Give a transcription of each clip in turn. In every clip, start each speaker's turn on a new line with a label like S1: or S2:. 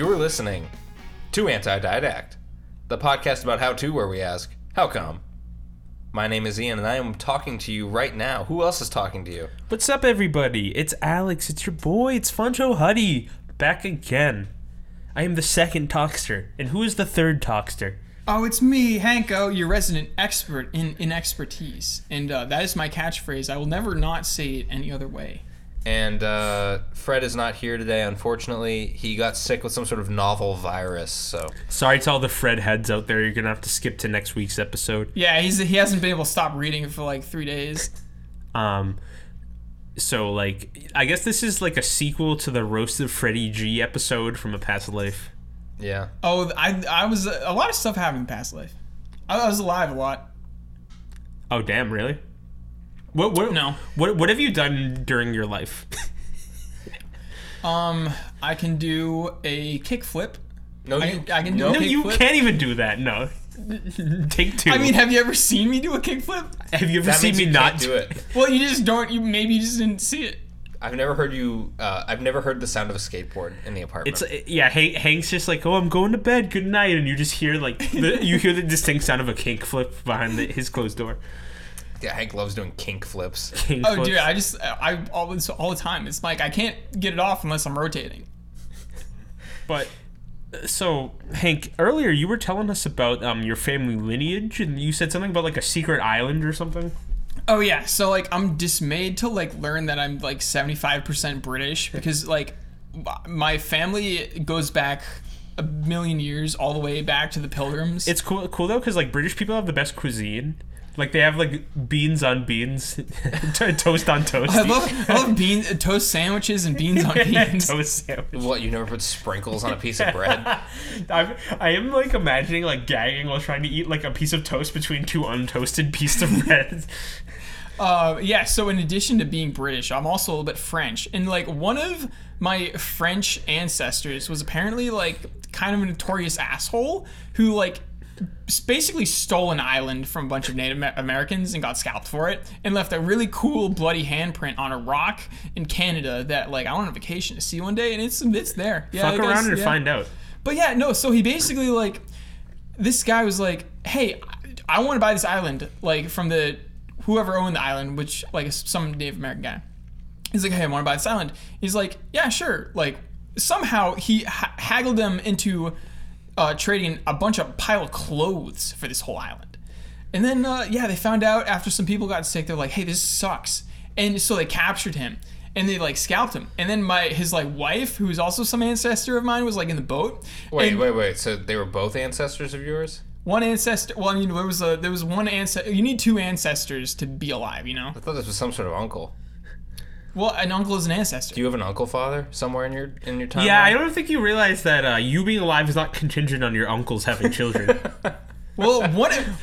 S1: listening to Antididact, the podcast about how to, where we ask, how come? My name is Ian, and I am talking to you right now. Who else is talking to you?
S2: What's up, everybody? It's Alex. It's your boy. It's Funcho Huddy back again. I am the second talkster, and who is the third talkster?
S3: Oh, it's me, Hanko, your resident expert in, in expertise. And uh, that is my catchphrase. I will never not say it any other way.
S1: And uh, Fred is not here today, unfortunately. He got sick with some sort of novel virus, so.
S2: Sorry to all the Fred heads out there. You're gonna have to skip to next week's episode.
S3: Yeah, he's, he hasn't been able to stop reading for like three days.
S2: Um, so like, I guess this is like a sequel to the roast of Freddie G episode from a past life.
S1: Yeah.
S3: Oh, I, I was. A lot of stuff happened in past life. I, I was alive a lot.
S2: Oh damn, really? What what
S3: No.
S2: What what have you done during your life?
S3: Um, I can do a kickflip.
S1: No,
S3: I,
S1: you,
S3: can- I can do
S2: no,
S3: a kickflip.
S2: you can't even do that. No. Take two.
S3: I mean, have you ever seen me do a kickflip?
S2: have you ever
S1: that
S2: seen
S1: means
S2: me
S1: you
S2: not
S1: can't do it.
S3: Well, you just don't. You maybe you just didn't see it.
S1: I've never heard you. Uh, I've never heard the sound of a skateboard in the apartment.
S2: It's uh, yeah. Hank, Hank's just like, oh, I'm going to bed. Good night, and you just hear like the, you hear the distinct sound of a kink flip behind the, his closed door.
S1: yeah, Hank loves doing kink flips.
S2: Kink
S3: Oh,
S2: flips.
S3: dude, I just I all this all the time. It's like I can't get it off unless I'm rotating.
S2: But uh, so Hank, earlier you were telling us about um your family lineage, and you said something about like a secret island or something.
S3: Oh yeah, so like I'm dismayed to like learn that I'm like 75% British because like m- my family goes back a million years all the way back to the Pilgrims.
S2: It's cool, cool though, because like British people have the best cuisine. Like they have like beans on beans, to- toast on toast.
S3: I love I love bean toast sandwiches and beans on beans.
S2: toast sandwich.
S1: What, you never put sprinkles on a piece of bread?
S2: I'm, I am like imagining like gagging while trying to eat like a piece of toast between two untoasted pieces of bread.
S3: Uh, yeah, so in addition to being British, I'm also a little bit French. And like one of my French ancestors was apparently like kind of a notorious asshole who like s- basically stole an island from a bunch of Native Amer- Americans and got scalped for it and left a really cool bloody handprint on a rock in Canada that like I went on a vacation to see one day and it's it's there. Yeah,
S2: Fuck
S3: that guy's-
S2: around and
S3: yeah.
S2: find out.
S3: But yeah, no, so he basically like this guy was like, "Hey, I, I want to buy this island like from the whoever owned the island, which like is some Native American guy." He's like, "Hey, I want to buy this island." He's like, "Yeah, sure." Like somehow he ha- haggled them into uh, trading a bunch of pile of clothes for this whole island. And then, uh, yeah, they found out after some people got sick. They're like, "Hey, this sucks," and so they captured him and they like scalped him. And then my his like wife, who's also some ancestor of mine, was like in the boat.
S1: Wait,
S3: And
S1: wait, wait. So they were both ancestors of yours?
S3: One ancestor. Well, I mean, there was a there was one ancestor. You need two ancestors to be alive. You know.
S1: I thought this was some sort of uncle.
S3: Well, an uncle is an ancestor.
S1: Do you have an uncle father somewhere in your in your timeline?
S2: Yeah, I don't think you realize that uh, you being alive is not contingent on your uncles having children.
S3: Well, one.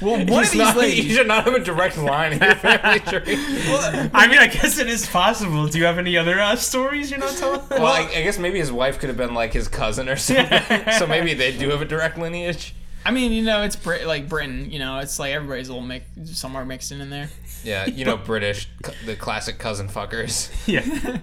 S3: Well, one
S1: He's
S3: of these
S1: not, You
S3: ladies.
S1: should not have a direct line in your family tree.
S3: Well,
S2: I mean, I guess it is possible. Do you have any other uh, stories you're not telling?
S1: Well, I, I guess maybe his wife could have been like his cousin or something. so maybe they do have a direct lineage.
S3: I mean, you know, it's Brit like Britain. You know, it's like everybody's a little mix somewhere mixed in in there.
S1: Yeah, you know, British, cu- the classic cousin fuckers.
S2: yeah.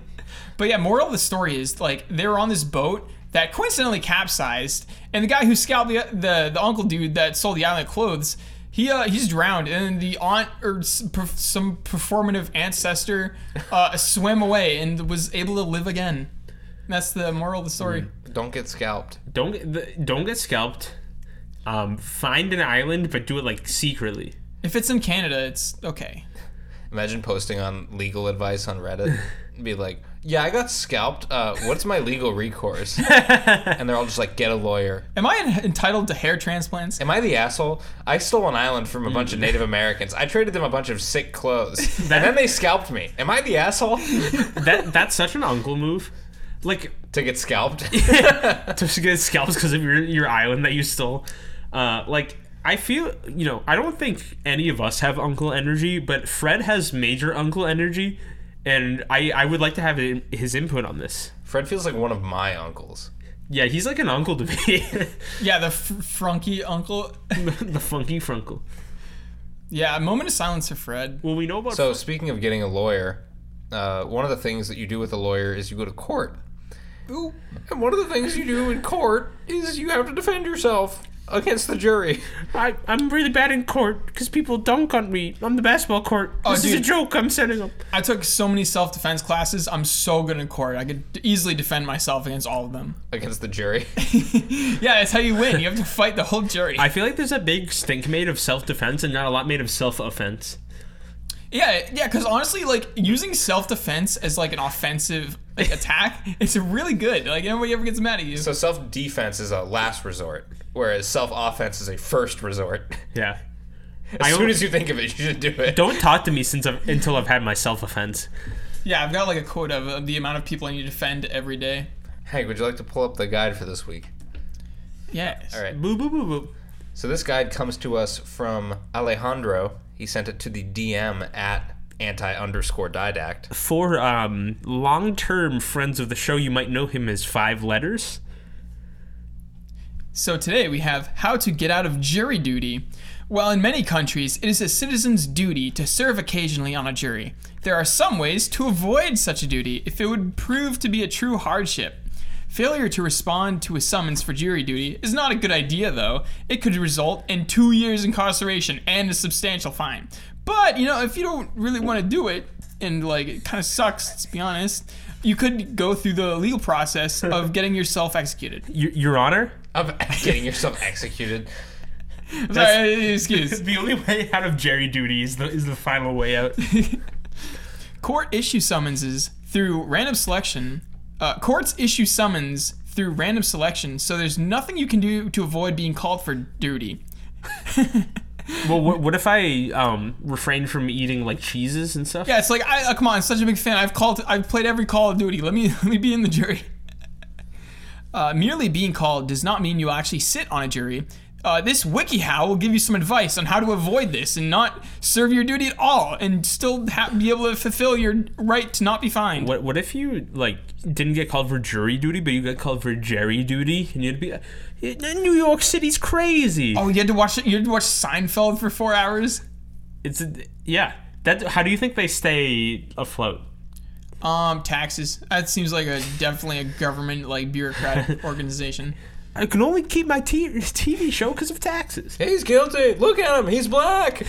S3: But yeah, moral of the story is like they were on this boat that coincidentally capsized, and the guy who scalped the the, the uncle dude that sold the island of clothes, he uh, he's drowned, and then the aunt or s- per- some performative ancestor uh, swam away and was able to live again. And that's the moral of the story.
S1: Don't get scalped.
S2: Don't get the, don't get scalped. Um, find an island, but do it like secretly.
S3: If it's in Canada, it's okay.
S1: Imagine posting on legal advice on Reddit. and Be like, yeah, I got scalped. Uh, what's my legal recourse? and they're all just like, get a lawyer.
S3: Am I en- entitled to hair transplants?
S1: Am I the asshole? I stole an island from a bunch
S2: Mm.
S1: of Native Americans. I traded them a bunch of sick clothes, and then they scalped me. Am I the asshole
S2: That that's such an uncle move. Like
S1: to get scalped?
S2: to get scalps because of your your island that you stole. Uh, like I feel, you know, I don't think any of us have uncle energy, but Fred has major uncle energy, and I I would like to have i- his input on this.
S1: Fred feels like one of my uncles.
S2: Yeah, he's like an uncle to me,
S3: Yeah, the fr- frunky uncle.
S2: the funky frunkle.
S3: Yeah, a moment of silence for Fred.
S2: Well, we know about
S1: So speaking of getting a lawyer, uh, one of the things that you do with a lawyer is you go to court, Ooh. And one of the things you do in court is you have to defend yourself against the jury.
S2: I, I'm really bad in court because people dunk on me on the basketball court.
S3: Oh,
S2: this is a
S3: dude.
S2: joke I'm setting up.
S3: I took so many self defense classes. I'm so good in court. I could easily defend myself against all of them.
S1: Against the jury.
S3: Yeah, that's how you win. You have to fight the whole jury.
S2: I feel like there's a big stink made of self defense and not a lot made of self offense.
S3: yeah, yeah. Because honestly, like using self defense as like an offensive like, attack, it's really good. Like nobody ever gets mad at you.
S1: So self defense is a last resort, whereas self offense is a first resort.
S2: Yeah.
S1: As
S2: I
S1: soon
S2: al-
S1: as you think of it, you should do it.
S2: Don't talk to me since I've, until I've had my self offense.
S3: yeah, I've got like a quota of, of the amount of people I need to defend every day.
S1: Hank, would you like to pull up the guide for this week?
S3: Yes.
S1: All right.
S2: Boo boo boo boo.
S1: So this guide comes to us from Alejandro. He sent it to the DM at anti underscore didact.
S2: For um, long term friends of the show, you might know him as Five Letters.
S3: So today we have how to get out of jury duty. While in many countries it is a citizen's duty to serve occasionally on a jury, there are some ways to avoid such a duty if it would prove to be a true hardship. Failure to respond to a summons for jury duty is not a good idea, though. It could result in two years incarceration and a substantial fine. But, you know, if you don't really want to do it, and like it kind of sucks, let's be honest, you could go through the legal process of getting yourself executed.
S2: Y- Your Honor?
S1: Of getting yourself executed.
S3: Sorry, excuse.
S2: The only way out of Jerry duty is the, is the final way out.
S3: Court issue summonses through random selection. Uh, courts issue summons through random selection, so there's nothing you can do to avoid being called for duty.
S2: well, what, what if I um, refrain from eating like cheeses and stuff?
S3: Yeah, it's like I uh, come on, I'm such a big fan. I've called, I've played every Call of Duty. Let me, let me be in the jury. Uh, merely being called does not mean you actually sit on a jury. Uh, this WikiHow will give you some advice on how to avoid this and not serve your duty at all, and still ha- be able to fulfill your right to not be fined.
S2: What what if you like didn't get called for jury duty, but you got called for Jerry duty, and you'd be uh, New York City's crazy.
S3: Oh, you had to watch you had to watch Seinfeld for four hours.
S2: It's yeah. That how do you think they stay afloat?
S3: Um, taxes. That seems like a definitely a government like bureaucratic organization.
S2: I can only keep my t- TV show because of taxes.
S1: He's guilty. Look at him. He's black.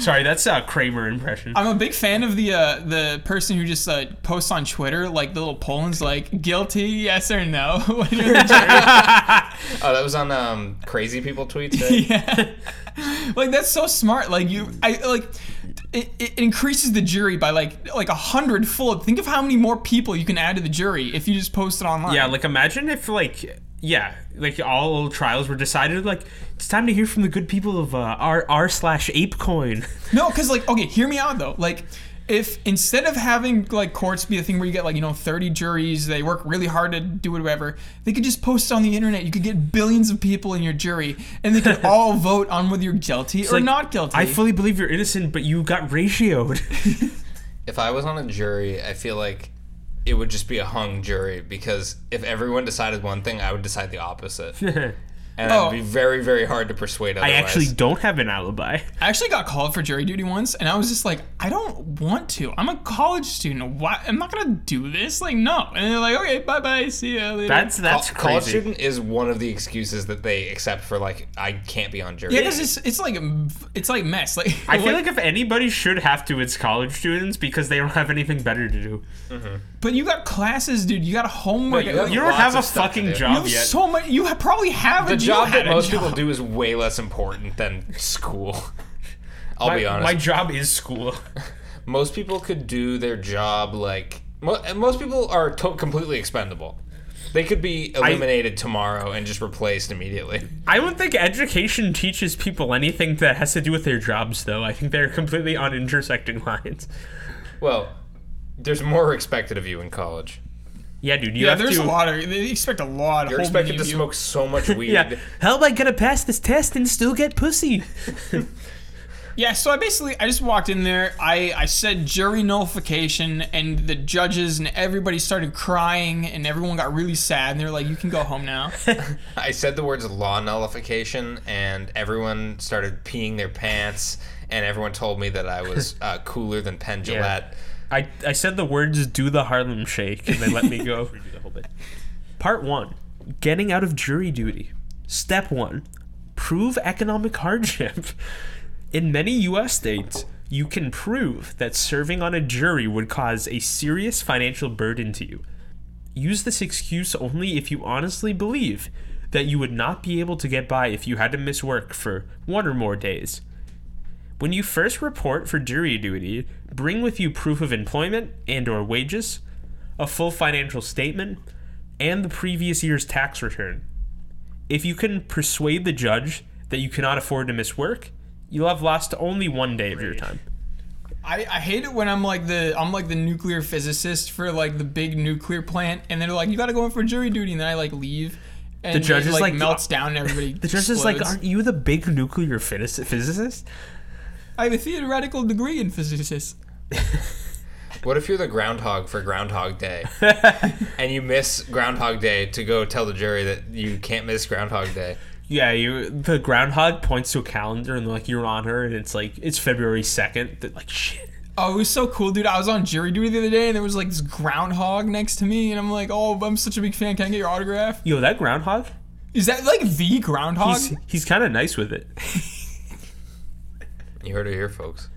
S2: Sorry, that's a Kramer impression.
S3: I'm a big fan of the uh, the person who just uh, posts on Twitter like the little pollings like guilty, yes or no. When you're in the jury.
S1: Oh, that was on um, crazy people tweets. Right?
S3: like that's so smart. Like you, I like. It, it increases the jury by like like a hundredfold. Think of how many more people you can add to the jury if you just post it online.
S2: yeah, like imagine if like yeah, like all trials were decided like it's time to hear from the good people of uh, r r slash apecoin.
S3: No, because like okay, hear me out though. Like if instead of having like courts be a thing where you get like you know 30 juries they work really hard to do whatever they could just post it on the internet you could get billions of people in your jury and they could all vote on whether you're guilty or
S2: like,
S3: not guilty
S2: I fully believe you're innocent, but you got ratioed.
S1: If I was on a jury, I feel like it would just be a hung jury because if everyone decided one thing, I would decide the opposite, and it
S3: Oh.
S1: would be very, very hard to persuade.
S2: I
S1: Otherwise.
S2: actually don't have an alibi.
S3: I actually got called for jury duty once and i was just like i don't want to i'm a college student why i'm not gonna do this like no and they're like okay bye-bye see ya later
S2: That's that's
S1: Col- college
S2: crazy.
S1: student is one of the excuses that they accept for like I can't be on jury.
S3: yeah, 'cause it's, it's like a- it's like mess. Like
S2: I feel like if anybody should have to, it's college students because they don't have anything better to do.
S3: but you got classes, dude. You got homework.
S1: you
S3: Like,
S1: have
S2: You don't
S1: Lots
S2: have a
S1: of stuff to do.
S2: fucking
S3: You
S2: job
S3: have
S2: yet.
S3: so much. You ha- probably have
S1: The
S3: a
S1: job that most
S3: job.
S1: people do is way less important than school. I'll
S2: my,
S1: be honest.
S2: my job is school.
S1: most people could do their job like mo- and most people are to- completely expendable. They could be eliminated tomorrow and just replaced immediately.
S2: I don't think education teaches people anything that has to do with their jobs, though. I think they're completely on intersecting lines.
S1: Well, there's more expected of you in college.
S2: Yeah, dude, you
S3: Yeah,
S2: have
S3: there's
S2: to.
S3: a lot of. They expect a lot.
S1: You're expected to smoke so much weed.
S2: Yeah, how am I gonna pass this test and still get pussy?
S3: Yeah, so I basically I just walked in there. I I said jury nullification, and the judges and everybody started crying, and everyone got really sad, and they were like, "You can go home now."
S1: I said the words law nullification, and everyone started peeing their pants, and everyone told me that I was uh, cooler than Penn Jillette.
S2: I, I said the words do the Harlem shake and they let me go.
S4: Redo the whole bit.
S2: Part one Getting out of jury duty. Step one Prove economic hardship. In many U.S. states, you can prove that serving on a jury would cause a serious financial burden to you. Use this excuse only if you honestly believe that you would not be able to get by if you had to miss work for one or more days. When you first report for jury duty, bring with you proof of employment and or wages, a full financial statement, and the previous year's tax return. If you can persuade the judge that you cannot afford to miss work, you'll have lost only one day of your time.
S3: I, I hate it when I'm like the I'm like the nuclear physicist for like the big nuclear plant, and they're like, you got to go in for jury duty, and then I like leave, and
S2: The judge
S3: it,
S2: is
S3: like,
S2: like,
S3: melts down, and everybody.
S2: The judge is like,
S3: explodes.
S2: aren't you the big nuclear physic- physicist?
S3: I have a theoretical degree in physicists.
S1: What if you're the groundhog for Groundhog Day, and you miss Groundhog Day to go tell the jury that you can't miss Groundhog Day?
S2: Yeah, you. The groundhog points to a calendar and like you're on her, and it's like it's February second. Like shit.
S3: Oh, it was so cool, dude. I was on jury duty the other day, and there was like this groundhog next to me, and I'm like, oh, I'm such a big fan. Can I get your autograph?
S2: Yo, that groundhog.
S3: Is that like the groundhog?
S2: He's he's kind of nice with it.
S1: You heard it here, folks.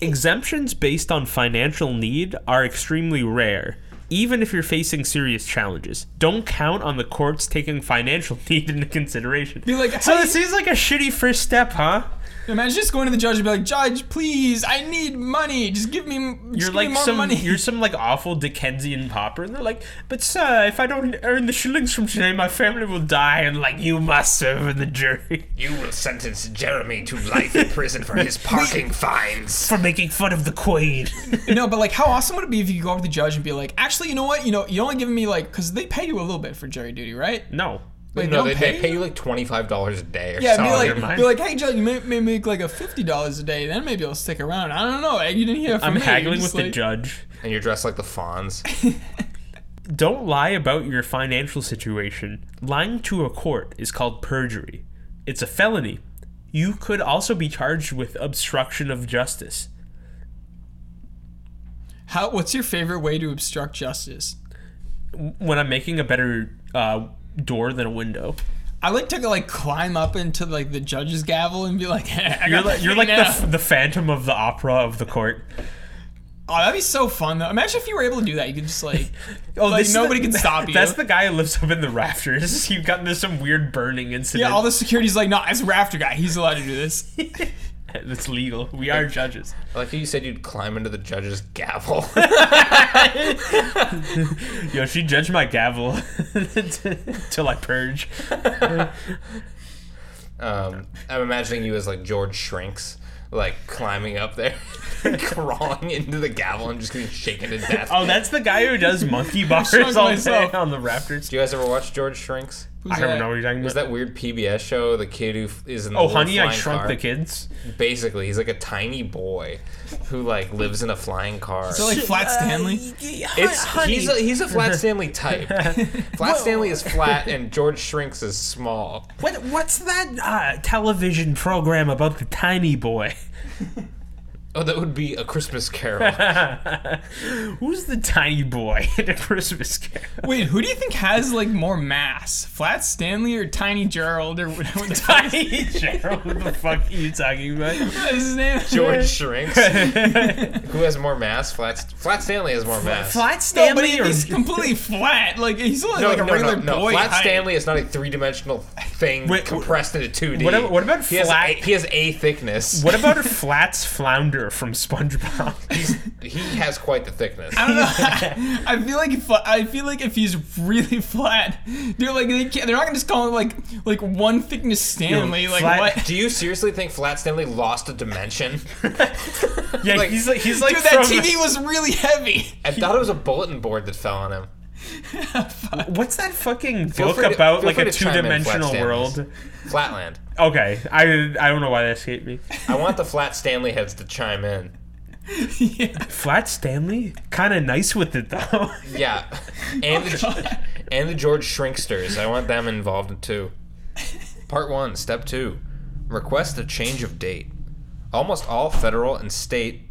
S2: Exemptions based on financial need are extremely rare, even if you're facing serious challenges. Don't count on the courts taking financial need into consideration.
S3: Be like,
S2: so
S3: "Hey."
S2: this seems like a shitty first step, huh?
S3: Imagine just going to the judge and be like, judge, please, I need money. Just give me, just
S2: You're
S3: give me
S2: like
S3: more
S2: some
S3: money.
S2: you're some like awful Dickensian pauper, and they're like, but sir, if I don't earn the shillings from today, my family will die, and like you must serve in the jury
S1: You will sentence Jeremy to life in prison for his parking fines.
S2: for making fun of the queen.
S3: no, but like, how awesome would it be if you could go up to the judge and be like, actually, you know what? You know, you only giving me like, because they pay you a little bit for jury duty, right?
S2: no,
S3: Like,
S1: no, they,
S3: don't
S1: they pay you like twenty five dollars a day or
S3: Yeah,
S1: something.
S3: be
S2: never
S3: like,
S2: mind.
S3: be like, hey, judge, you may, may make like a fifty dollars a day. Then maybe I'll stick around. I don't know. eh, You didn't hear from
S2: I'm
S3: me. You're
S2: haggling with
S3: just
S2: the
S3: like-
S2: judge.
S1: and you're dressed like the Fonz.
S2: Don't lie about your financial situation. Lying to a court is called perjury. It's a felony. You could also be charged with obstruction of justice.
S3: How? What's your favorite way to obstruct justice?
S2: When I'm making a better uh, door than a window,
S3: I like to like climb up into like the judge's gavel and be like, I
S2: you're
S3: got
S2: like,
S3: the
S2: you're
S3: thing
S2: like the,
S3: now.
S2: f- the phantom of the opera of the court.
S3: oh, that'd be so fun though. Imagine if you were able to do that. You could just like,
S2: Oh,
S3: Like,
S2: is
S3: nobody
S2: the-
S3: can stop you.
S2: That's the guy who lives up in the rafters. You've gotten into some weird burning incident.
S3: yeah, all the security's like, no, it's a rafter guy. He's allowed to do this.
S2: that's legal. We are judges.
S1: I like how you said you'd climb into the judge's gavel.
S2: Yo, she judged my gavel till I purge.
S1: um, I'm imagining you as like George Shrinks, like climbing up there, crawling into the gavel and just getting shaken to death.
S2: Oh, that's the guy who does monkey bars
S3: Shrunk
S2: all
S3: myself.
S2: day on the rafters.
S1: Do you guys ever watch George Shrinks?
S3: Who's
S2: I don't
S3: that?
S2: know what you're talking
S1: Is
S2: about.
S1: that weird PBS show? The kid who f- is in the
S2: oh,
S1: little
S2: honey, I
S1: flying
S2: shrunk
S1: car?
S2: the kids.
S1: Basically, he's like a tiny boy who like lives in a flying car.
S3: Is that like Flat Stanley?
S1: it's he's a he's a Flat Stanley type. Flat Stanley is flat and George Shrinks is small.
S2: what, what's that uh, television program about the tiny boy?
S1: Oh, that would be a Christmas Carol.
S2: Who's the tiny boy in a Christmas Carol?
S3: Wait, who do you think has like more mass, Flat Stanley or Tiny Gerald or whatever the fuck
S2: Tiny Gerald, what the fuck are you talking about?
S3: is his name?
S1: George Shrinks. Who has more mass? Flat Flat Stanley has more mass.
S2: Flat
S3: No, but he-
S2: Stanley or
S3: he's completely flat. Like he's only like a regular boy.
S1: Flat
S3: height.
S1: Stanley is not a three-dimensional thing
S2: Wait,
S1: compressed into two D.
S2: what ab- what about
S1: he has
S2: flat-
S1: A, he has a thickness.
S2: What about Flats Flounder from SpongeBob?
S1: He has quite the thickness.
S3: I don't know. I feel like if, I feel like if he's really flat, dude, like they can't, they're not gonna just call him like like one thickness Stanley. like
S2: flat-
S3: what?
S1: Do you seriously think Flat Stanley lost a dimension?
S2: Yeah,
S1: Like-
S2: he's like he's like
S3: Dude, that
S2: from-
S3: TV was really heavy.
S1: I thought it was a bulletin board that fell on him.
S2: What's that fucking
S1: Feel
S2: book
S1: free to-
S2: about
S1: feel
S2: like
S1: free
S2: a
S1: to chime in,
S2: two-dimensional
S1: Flat Stanleys.
S2: world?
S1: Flatland.
S2: Okay, I I don't know why that escaped me.
S1: I want the Flat Stanley heads to chime in.
S3: yeah.
S2: Flat Stanley, kind of nice with it though.
S1: Yeah, and
S2: Oh,
S1: the, and the George Shrinksters. I want them involved too. Part one, step two, request a change of date. Almost all federal and state,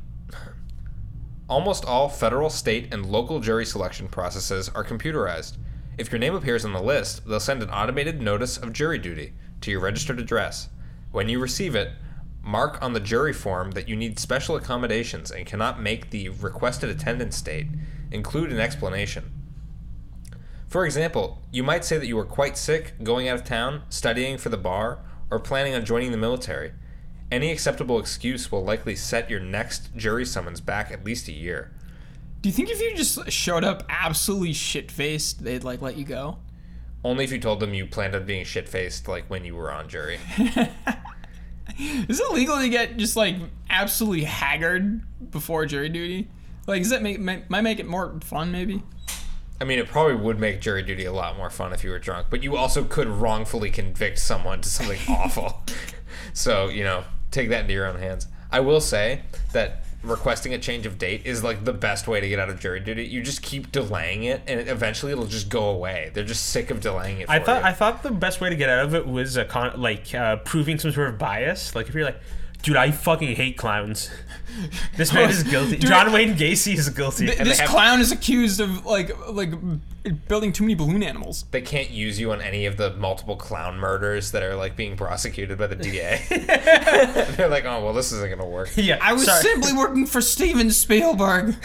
S1: Almost all federal, state, and local jury selection processes are computerized. If your name appears on the list, they'll send an automated notice of jury duty to your registered address. When you receive it, mark on the jury form that you need special accommodations and cannot make the requested attendance date. Include an explanation. For example, you might say that you were quite sick, going out of town, studying for the bar, or planning on joining the military. Any acceptable excuse will likely set your next jury summons back at least a year.
S3: Do you think if you just showed up absolutely shit faced, they'd like let you go?
S1: Only if you told them you planned on being shit faced like when you were on jury.
S3: Is it legal to get just like absolutely haggard before jury duty? Like, does that make, make might make it more fun? Maybe.
S1: I mean, it probably would make jury duty a lot more fun if you were drunk, but you also could wrongfully convict someone to something awful. So, you know, take that into your own hands. I will say that requesting a change of date is like the best way to get out of jury duty. You just keep delaying it, and it- eventually it'll just go away. They're just sick of delaying it. For
S2: I thought
S1: you.
S2: I thought the best way to get out of it was a con- like uh, proving some sort of bias. Like if you're like, dude, I fucking hate clowns. This man is guilty.
S3: Oh, Dude.
S2: John Wayne Gacy is guilty.
S3: Th-
S1: they
S3: this
S1: have-
S3: clown is accused of like like building too many balloon animals.
S1: they can't use you on any of the multiple clown murders that are like being prosecuted by the DA. They're like, oh well, this isn't gonna work.
S2: yeah,
S3: I was
S2: sorry.
S3: simply working for Steven Spielberg.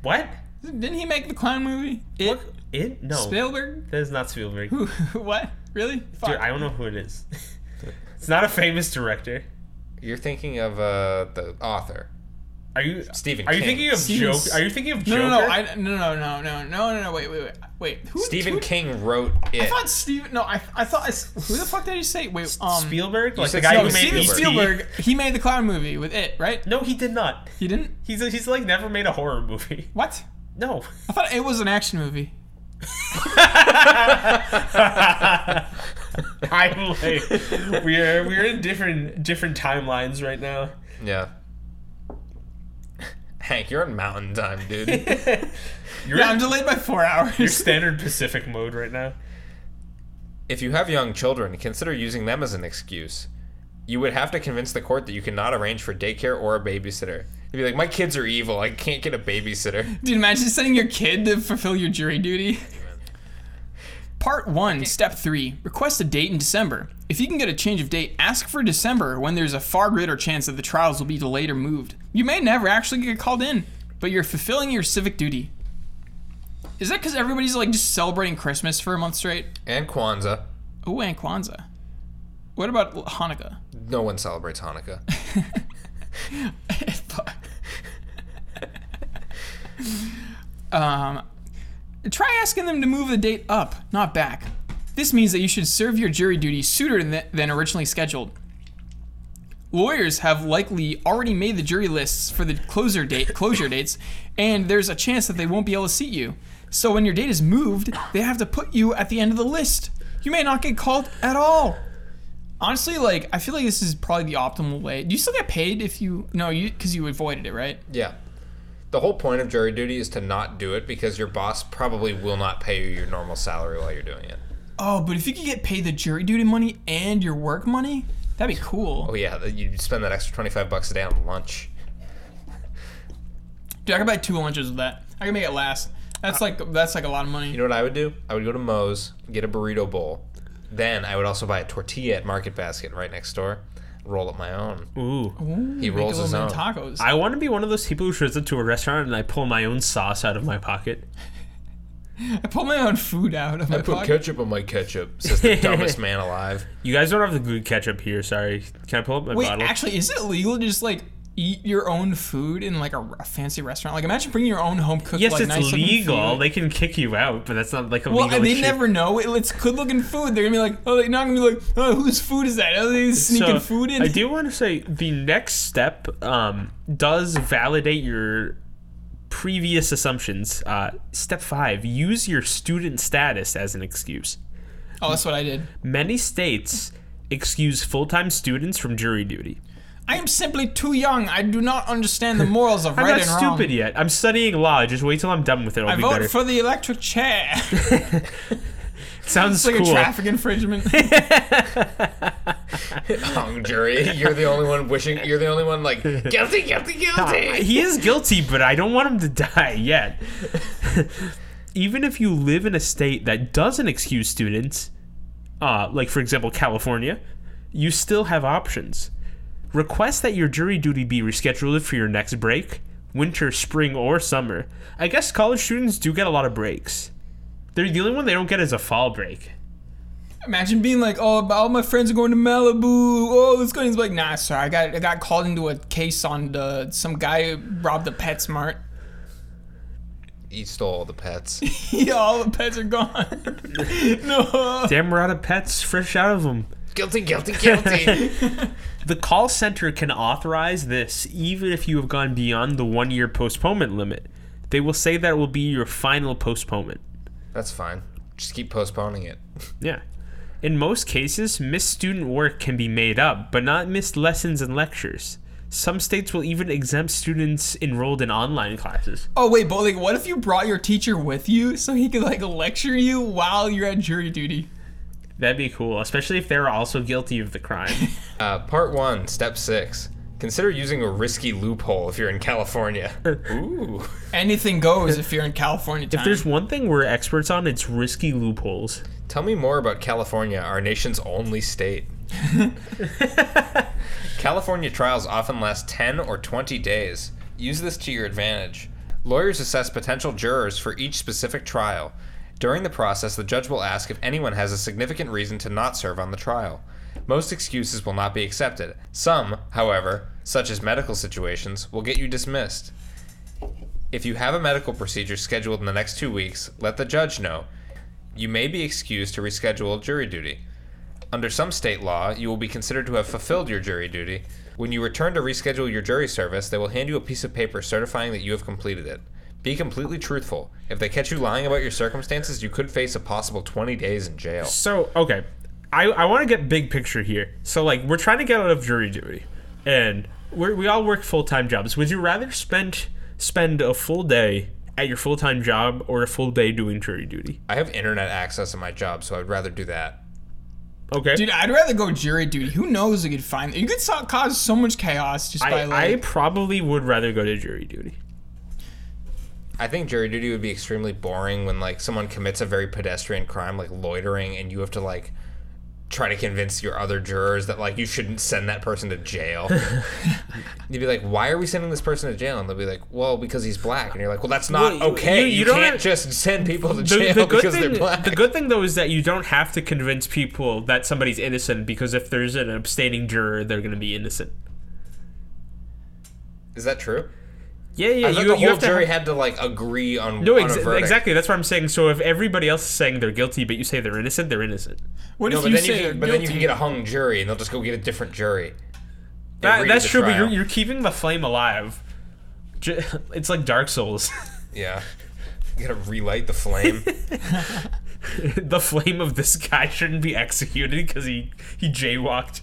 S2: What?
S3: Didn't he make the clown movie? It,
S2: What? It? No.
S3: Spielberg?
S2: that is not Spielberg. Dude,
S3: what? Really? Fuck.
S2: I don't know who it is. it's not a famous director.
S1: You're thinking of uh, the author.
S2: Are you
S1: Stephen
S2: Are you
S1: King.
S2: thinking of
S3: Stephen
S2: joke?
S3: S-
S2: Are you thinking of
S3: no,
S2: Joker?
S3: no, no, I, no, no, no, no, no, no, no. Wait, wait, wait, wait. Who?
S1: Stephen
S3: who,
S1: King wrote it.
S3: I thought Steven. No, I, I thought. I, s- who the fuck did you say? Wait, um.
S2: Spielberg, like the
S1: said
S2: guy
S3: No,
S2: who made
S3: Steven
S2: E.T.?
S3: Spielberg. He made the clown movie with it, right?
S2: No, he did not.
S3: He didn't.
S2: He's he's like never made a horror movie.
S3: What?
S2: No.
S3: I thought it was an action movie.
S2: I'm like we're we're in different different timelines right now.
S1: Yeah. Hank, you're on mountain time, dude.
S2: You're
S3: Yeah, I'm
S2: in
S3: delayed by four hours.
S2: standard Pacific mode right now.
S1: if you have young children, consider using them as an excuse. You would have to convince the court that you cannot arrange for daycare or a babysitter. You'd be like, my kids are evil. I can't get a babysitter.
S3: Dude, imagine sending your kid to fulfill your jury duty. Part 1, Step 3 Request a date in December. If you can get a change of date, ask for December when there's a far greater chance that the trials will be delayed or moved. You may never actually get called in, but you're fulfilling your civic duty. Is that because everybody's like just celebrating Christmas for a month straight?
S1: And Kwanzaa.
S3: Ooh, and Kwanzaa. What about Hanukkah?
S1: No one celebrates Hanukkah.
S3: Fuck. um, try asking them to move the date up, not back. This means that you should serve your jury duty sooner than, than originally scheduled. Lawyers have likely already made the jury lists for the closer date closure dates, and there's a chance that they won't be able to seat you. So when your date is moved, they have to put you at the end of the list. You may not get called at all. Honestly, like I feel like this is probably the optimal way. Do you still get paid if you no you because you avoided it, right?
S1: yeah. The whole point of jury duty is to not do it because your boss probably will not pay you your normal salary while you're doing it.
S3: Oh, but if you could get paid the jury duty money and your work money, that'd be cool.
S1: Oh, yeah. that- You spend that extra 25 bucks a day on lunch.
S3: Dude, I could buy two lunches with that. I could make it last. That's like that's like a lot of money.
S1: You know what I would do? I would go to Moe's, get a burrito bowl. Then I would also buy a tortilla at Market Basket right next door, roll up my own.
S2: Oow.
S1: He
S3: Make a
S1: rolls
S3: little
S1: his
S3: man
S1: own.
S3: tacos.
S2: I want to be one of those people who shows up to a restaurant and I pull my own sauce out of my pocket.
S3: I pull my own food out of my
S1: I put
S3: pocket.
S1: ketchup on my ketchup, says the dumbest man alive.
S2: You guys don't have the good ketchup here, sorry. Can I pull up my
S3: Wait,
S2: bottle?
S3: actually, is it legal to just like eat your own food in like a, r- a fancy restaurant? Like imagine bringing your own home cooked.
S2: yes,
S3: like,
S2: it's
S3: nice looking
S2: legal.
S3: food.
S2: They can kick you out, but that's not like a
S3: well,
S2: legal
S3: they
S2: issue.
S3: never know. It- It's good looking food. They're gonna be like, oh, they're not gonna be like, oh, whose food is that? Oh, they sneaking
S2: So,
S3: food in.
S2: I do want to say the next step um, does validate your previous assumptions. Uh, step five: use your student status as an excuse.
S3: Oh, that's what I did.
S2: Many states excuse full-time students from jury duty.
S3: I am simply too young. I do not understand the morals of
S2: I'm
S3: right
S2: not
S3: and wrong.
S2: stupid yet. I'm studying law. Just wait till I'm done with it. I'll
S3: I
S2: be
S3: vote
S2: better.
S3: for the electric chair.
S2: Sounds
S3: it's like
S2: cool.
S3: a traffic infringement.
S1: Hung Oh, jury, you're the only one wishing. You're the only one like guilty, guilty, guilty.
S2: he is guilty, but I don't want him to die yet. Even if you live in a state that doesn't excuse students, uh, like for example California, you still have options. Request that your jury duty be rescheduled for your next break, winter, spring, or summer. I guess college students do get a lot of breaks. They're the only one they don't get is a fall break.
S3: Imagine being like, oh, but all my friends are going to Malibu. Oh, it's going. He's like, nah, sorry, I got I got called into a case on the some guy who robbed a PetSmart.
S1: He stole all the pets.
S3: yeah, all the pets are gone. no.
S2: Damn, we're out of pets fresh out of them.
S1: Guilty, guilty, guilty.
S2: The call center can authorize this even if you have gone beyond the one year postponement limit. They will say that it will be your final postponement.
S1: That's fine. Just keep postponing it.
S2: Yeah. In most cases, missed student work can be made up, but not missed lessons and lectures. Some states will even exempt students enrolled in online classes.
S3: Oh wait, but like, what if you brought your teacher with you so he could like lecture you while you're at jury duty?
S2: That'd be cool, especially if they're also guilty of the crime.
S1: Uh, part one, step six. Consider using a risky loophole if you're in California. Ooh.
S3: Anything goes if you're in California. Time.
S2: if there's one thing we're experts on, it's risky loopholes.
S1: Tell me more about California, our nation's only state. California trials often last 10 or 20 days. Use this to your advantage. Lawyers assess potential jurors for each specific trial. During the process, the judge will ask if anyone has a significant reason to not serve on the trial. Most excuses will not be accepted. Some, however, such as medical situations, will get you dismissed. If you have a medical procedure scheduled in the next two weeks, let the judge know. You may be excused to reschedule jury duty. Under some state law, you will be considered to have fulfilled your jury duty. When you return to reschedule your jury service, they will hand you a piece of paper certifying that you have completed it. Be completely truthful. If they catch you lying about your circumstances, you could face a possible 20 days in jail.
S2: So okay, I I want to get big picture here. So like we're trying to get out of jury duty, and we we all work full time jobs. Would you rather spend spend a full day at your full time job or a full day doing jury duty?
S1: I have internet access in my job, so I'd rather do that.
S2: Okay.
S3: Dude, I'd rather go jury duty. Who knows? You could find you could so- cause so much chaos just by
S2: I, I
S3: like.
S2: probably would rather go to jury duty.
S1: I think jury duty would be extremely boring when like someone commits a very pedestrian crime like loitering and you have to like try to convince your other jurors that like you shouldn't send that person to jail. You'd be like, "Why are we sending this person to jail?" And they'll be like, "Well, because he's black." And you're like, "Well, that's not
S2: Well, you-
S1: okay.
S2: you-
S1: You,
S2: you don't
S1: can't
S2: have-
S1: just send people to
S2: The,
S1: jail
S2: the good
S1: because
S2: thing,
S1: they're black."
S2: the good thing though is that you don't have to convince people that somebody's innocent because if there's an abstaining juror, they're going to be innocent.
S1: Is that true?
S2: Yeah, yeah.
S1: I thought
S2: You,
S1: the
S2: you
S1: whole
S2: have to
S1: jury
S2: have-
S1: had to like agree on
S2: no,
S1: on
S2: ex-
S1: a verdict.
S2: exactly. That's what I'm saying. So if everybody else is saying they're guilty, but you say they're innocent, they're innocent.
S3: What
S1: No,
S3: if
S1: but
S3: you
S1: then,
S3: say
S1: you can, but then you can get a hung jury, and they'll just go get a different jury.
S2: That-
S1: Agree to
S2: that's
S1: the
S2: true, but
S1: trial.
S2: you're, you're keeping the flame alive. Ju- It's like Dark Souls,
S1: yeah, you gotta relight the flame.
S2: the flame of this guy shouldn't be executed because he he jaywalked.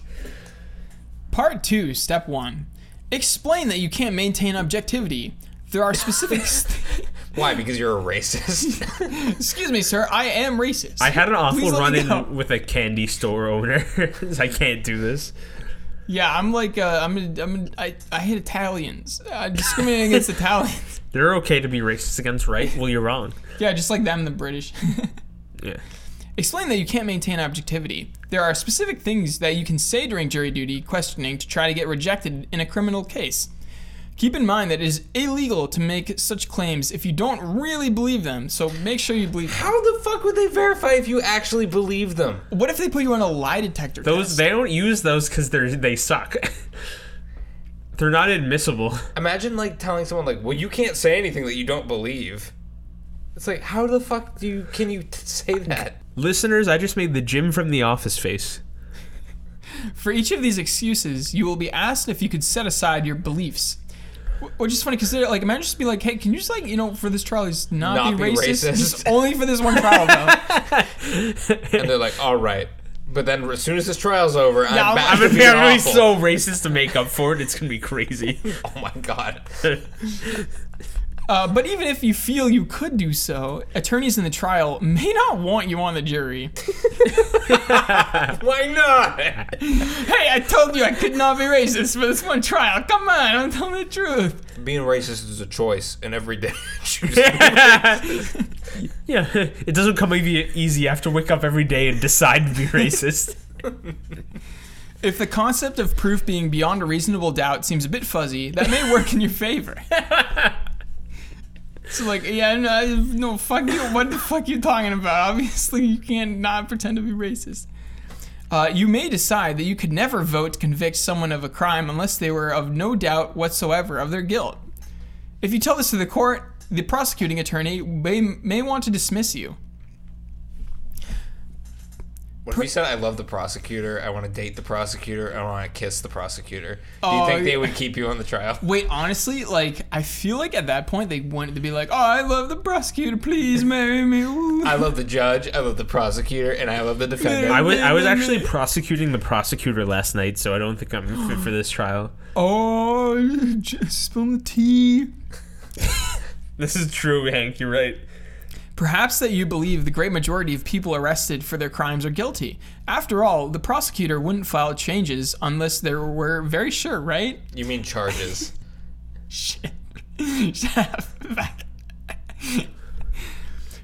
S3: Part two, step one: explain that you can't maintain objectivity. There are specific.
S1: Why? Because you're a racist.
S3: Excuse me, sir. I am racist.
S2: I had an awful
S3: Please let
S2: run
S3: me
S2: in
S3: go.
S2: with a candy store owner. I can't do this.
S3: yeah, I'm like uh, I'm a, I'm a, I, I hate Italians. I discriminate against Italians.
S2: They're okay to be racist against, right? Well, you're wrong.
S3: Yeah, just like them, the British.
S2: Yeah.
S3: Explain that you can't maintain objectivity. There are specific things that you can say during jury duty questioning to try to get rejected in a criminal case. Keep in mind that it is illegal to make such claims if you don't really believe them, so make sure you believe them.
S1: How the fuck would they verify if you actually believe them?
S3: What if they put you on a lie detector
S2: Those
S3: test?
S2: they don't use those because they're they suck. they're not admissible.
S1: Imagine like telling someone like, "Well, you can't say anything that you don't believe." It's like, how the fuck do you can you t- say that?
S2: Listeners, I just made the Jim from the Office face.
S3: For each of these excuses, you will be asked if you could set aside your beliefs. Wh- Which is funny, consider like imagine just be like, hey, can you just like you know for this trial just not,
S1: Not be racist.
S3: Just only for this one trial though.
S1: And they're like, "All right," but then as soon as this trial's over,
S3: Yeah,
S1: I'm
S3: I'm-
S1: back
S2: I'm
S1: to being
S2: apparently
S1: awful.
S2: so racist to make up for it. It's gonna be crazy.
S1: Oh my god.
S3: Uh, but even if you feel you could do so, attorneys in the trial may not want you on the jury.
S1: Why not?
S3: hey, I told you I could not be racist for this one trial. Come on, I'm telling the truth.
S1: Being racist is a choice, and every day choose.
S2: yeah, it doesn't come easy easy after wake up every day and decide to be racist.
S3: If the concept of proof being beyond a reasonable doubt seems a bit fuzzy, that may work in your favor. so like, yeah, no, no, fuck you. What the fuck you talking about? Obviously, you can't not pretend to be racist. Uh, you may decide that you could never vote to convict someone of a crime unless they were of no doubt whatsoever of their guilt. If you tell this to the court, the prosecuting attorney may, may want to dismiss you.
S1: What if you said, I love the prosecutor, I want to date the prosecutor, I want to kiss the prosecutor? Do
S3: Oh,
S1: you think
S3: yeah.
S1: they would keep you on the trial?
S3: Wait, honestly, like I feel like at that point they wanted to be like, "Oh, I love the prosecutor. Please marry me." Ooh.
S1: I love the judge, I love the prosecutor, and I love the defendant.
S2: I was I was actually prosecuting the prosecutor last night, so I don't think I'm fit for this trial.
S3: oh, you just spill the tea.
S2: This is true, Hank. You're right.
S3: Perhaps that you believe the great majority of people arrested for their crimes are guilty. After all, the prosecutor wouldn't file changes unless they were very sure, right?
S1: You mean charges?
S3: Shit. Shut up. Back.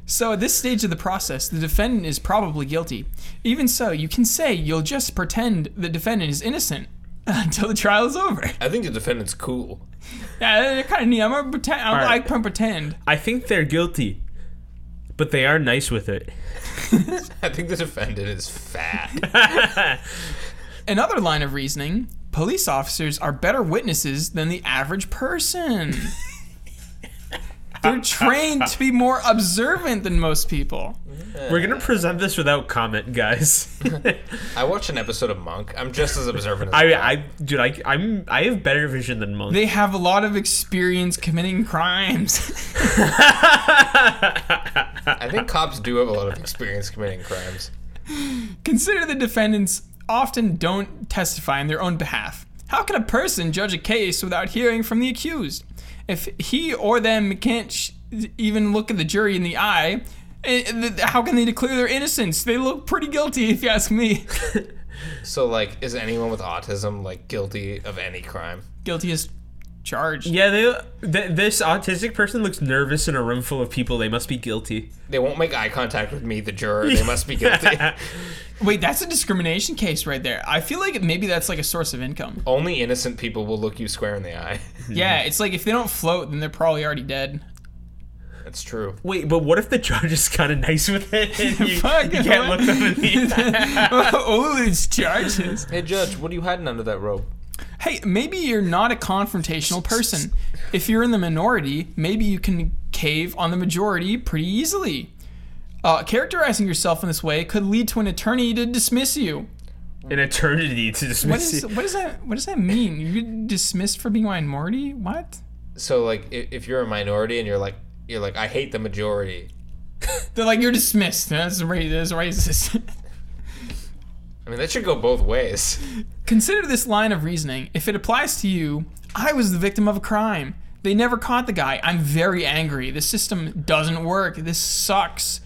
S3: so, at this stage of the process, the defendant is probably guilty. Even so, you can say you'll just pretend the defendant is innocent until the trial is over.
S1: I think the defendant's cool.
S3: Yeah, they're kind of neat. I'm gonna pretend. I'm,
S2: right.
S3: I can pretend.
S2: I think they're guilty, but they are nice with it.
S1: I think the defendant is fat.
S3: Another line of reasoning: police officers are better witnesses than the average person. they're trained to be more observant than most people.
S2: We're gonna present this without comment, guys.
S1: I watched an episode of Monk. I'm just as observant as
S2: I,
S1: Monk.
S2: I, dude, I, I'm, I have better vision than most.
S3: They have a lot of experience committing crimes.
S1: I think cops do have a lot of experience committing crimes.
S3: Consider the defendants often don't testify in their own behalf. How can a person judge a case without hearing from the accused? If he or them can't sh- even look at the jury in the eye, eh, th- how can they declare their innocence? They look pretty guilty, if you ask me.
S1: So, like, is anyone with autism, like, guilty of any crime?
S3: guilty as charged.
S2: yeah, they, th- this autistic person looks nervous in a room full of people. They must be guilty.
S1: They won't make eye contact with me, the juror. They must be guilty.
S3: Wait, that's a discrimination case right there. I feel like maybe that's like a source of income.
S1: Only innocent people will look you square in the eye.
S3: Yeah, it's like if they don't float, then they're probably already dead.
S1: That's true.
S2: Wait, but what if the judge is kind of nice with it? And you, you
S3: Fuck,
S2: can't
S3: what?
S2: look them in the eye.
S3: All these charges.
S1: Hey, Judge, what are you hiding under that robe?
S3: hey, maybe you're not a confrontational person. If you're in the minority, maybe you can cave on the majority pretty easily. Uh, characterizing yourself in this way could lead to an attorney to dismiss you.
S2: An eternity to dismiss
S3: What is
S2: you.
S3: what does that what does that mean? You get dismissed for being minority? What?
S1: So, like, i- if you're a minority and you're like, you're like, I hate the majority.
S3: They're like you're dismissed. That's ra- that's racist.
S1: I mean, that should go both ways.
S3: Consider this line of reasoning. If it applies to you, I was the victim of a crime. They never caught the guy. I'm very angry. The system doesn't work. This sucks.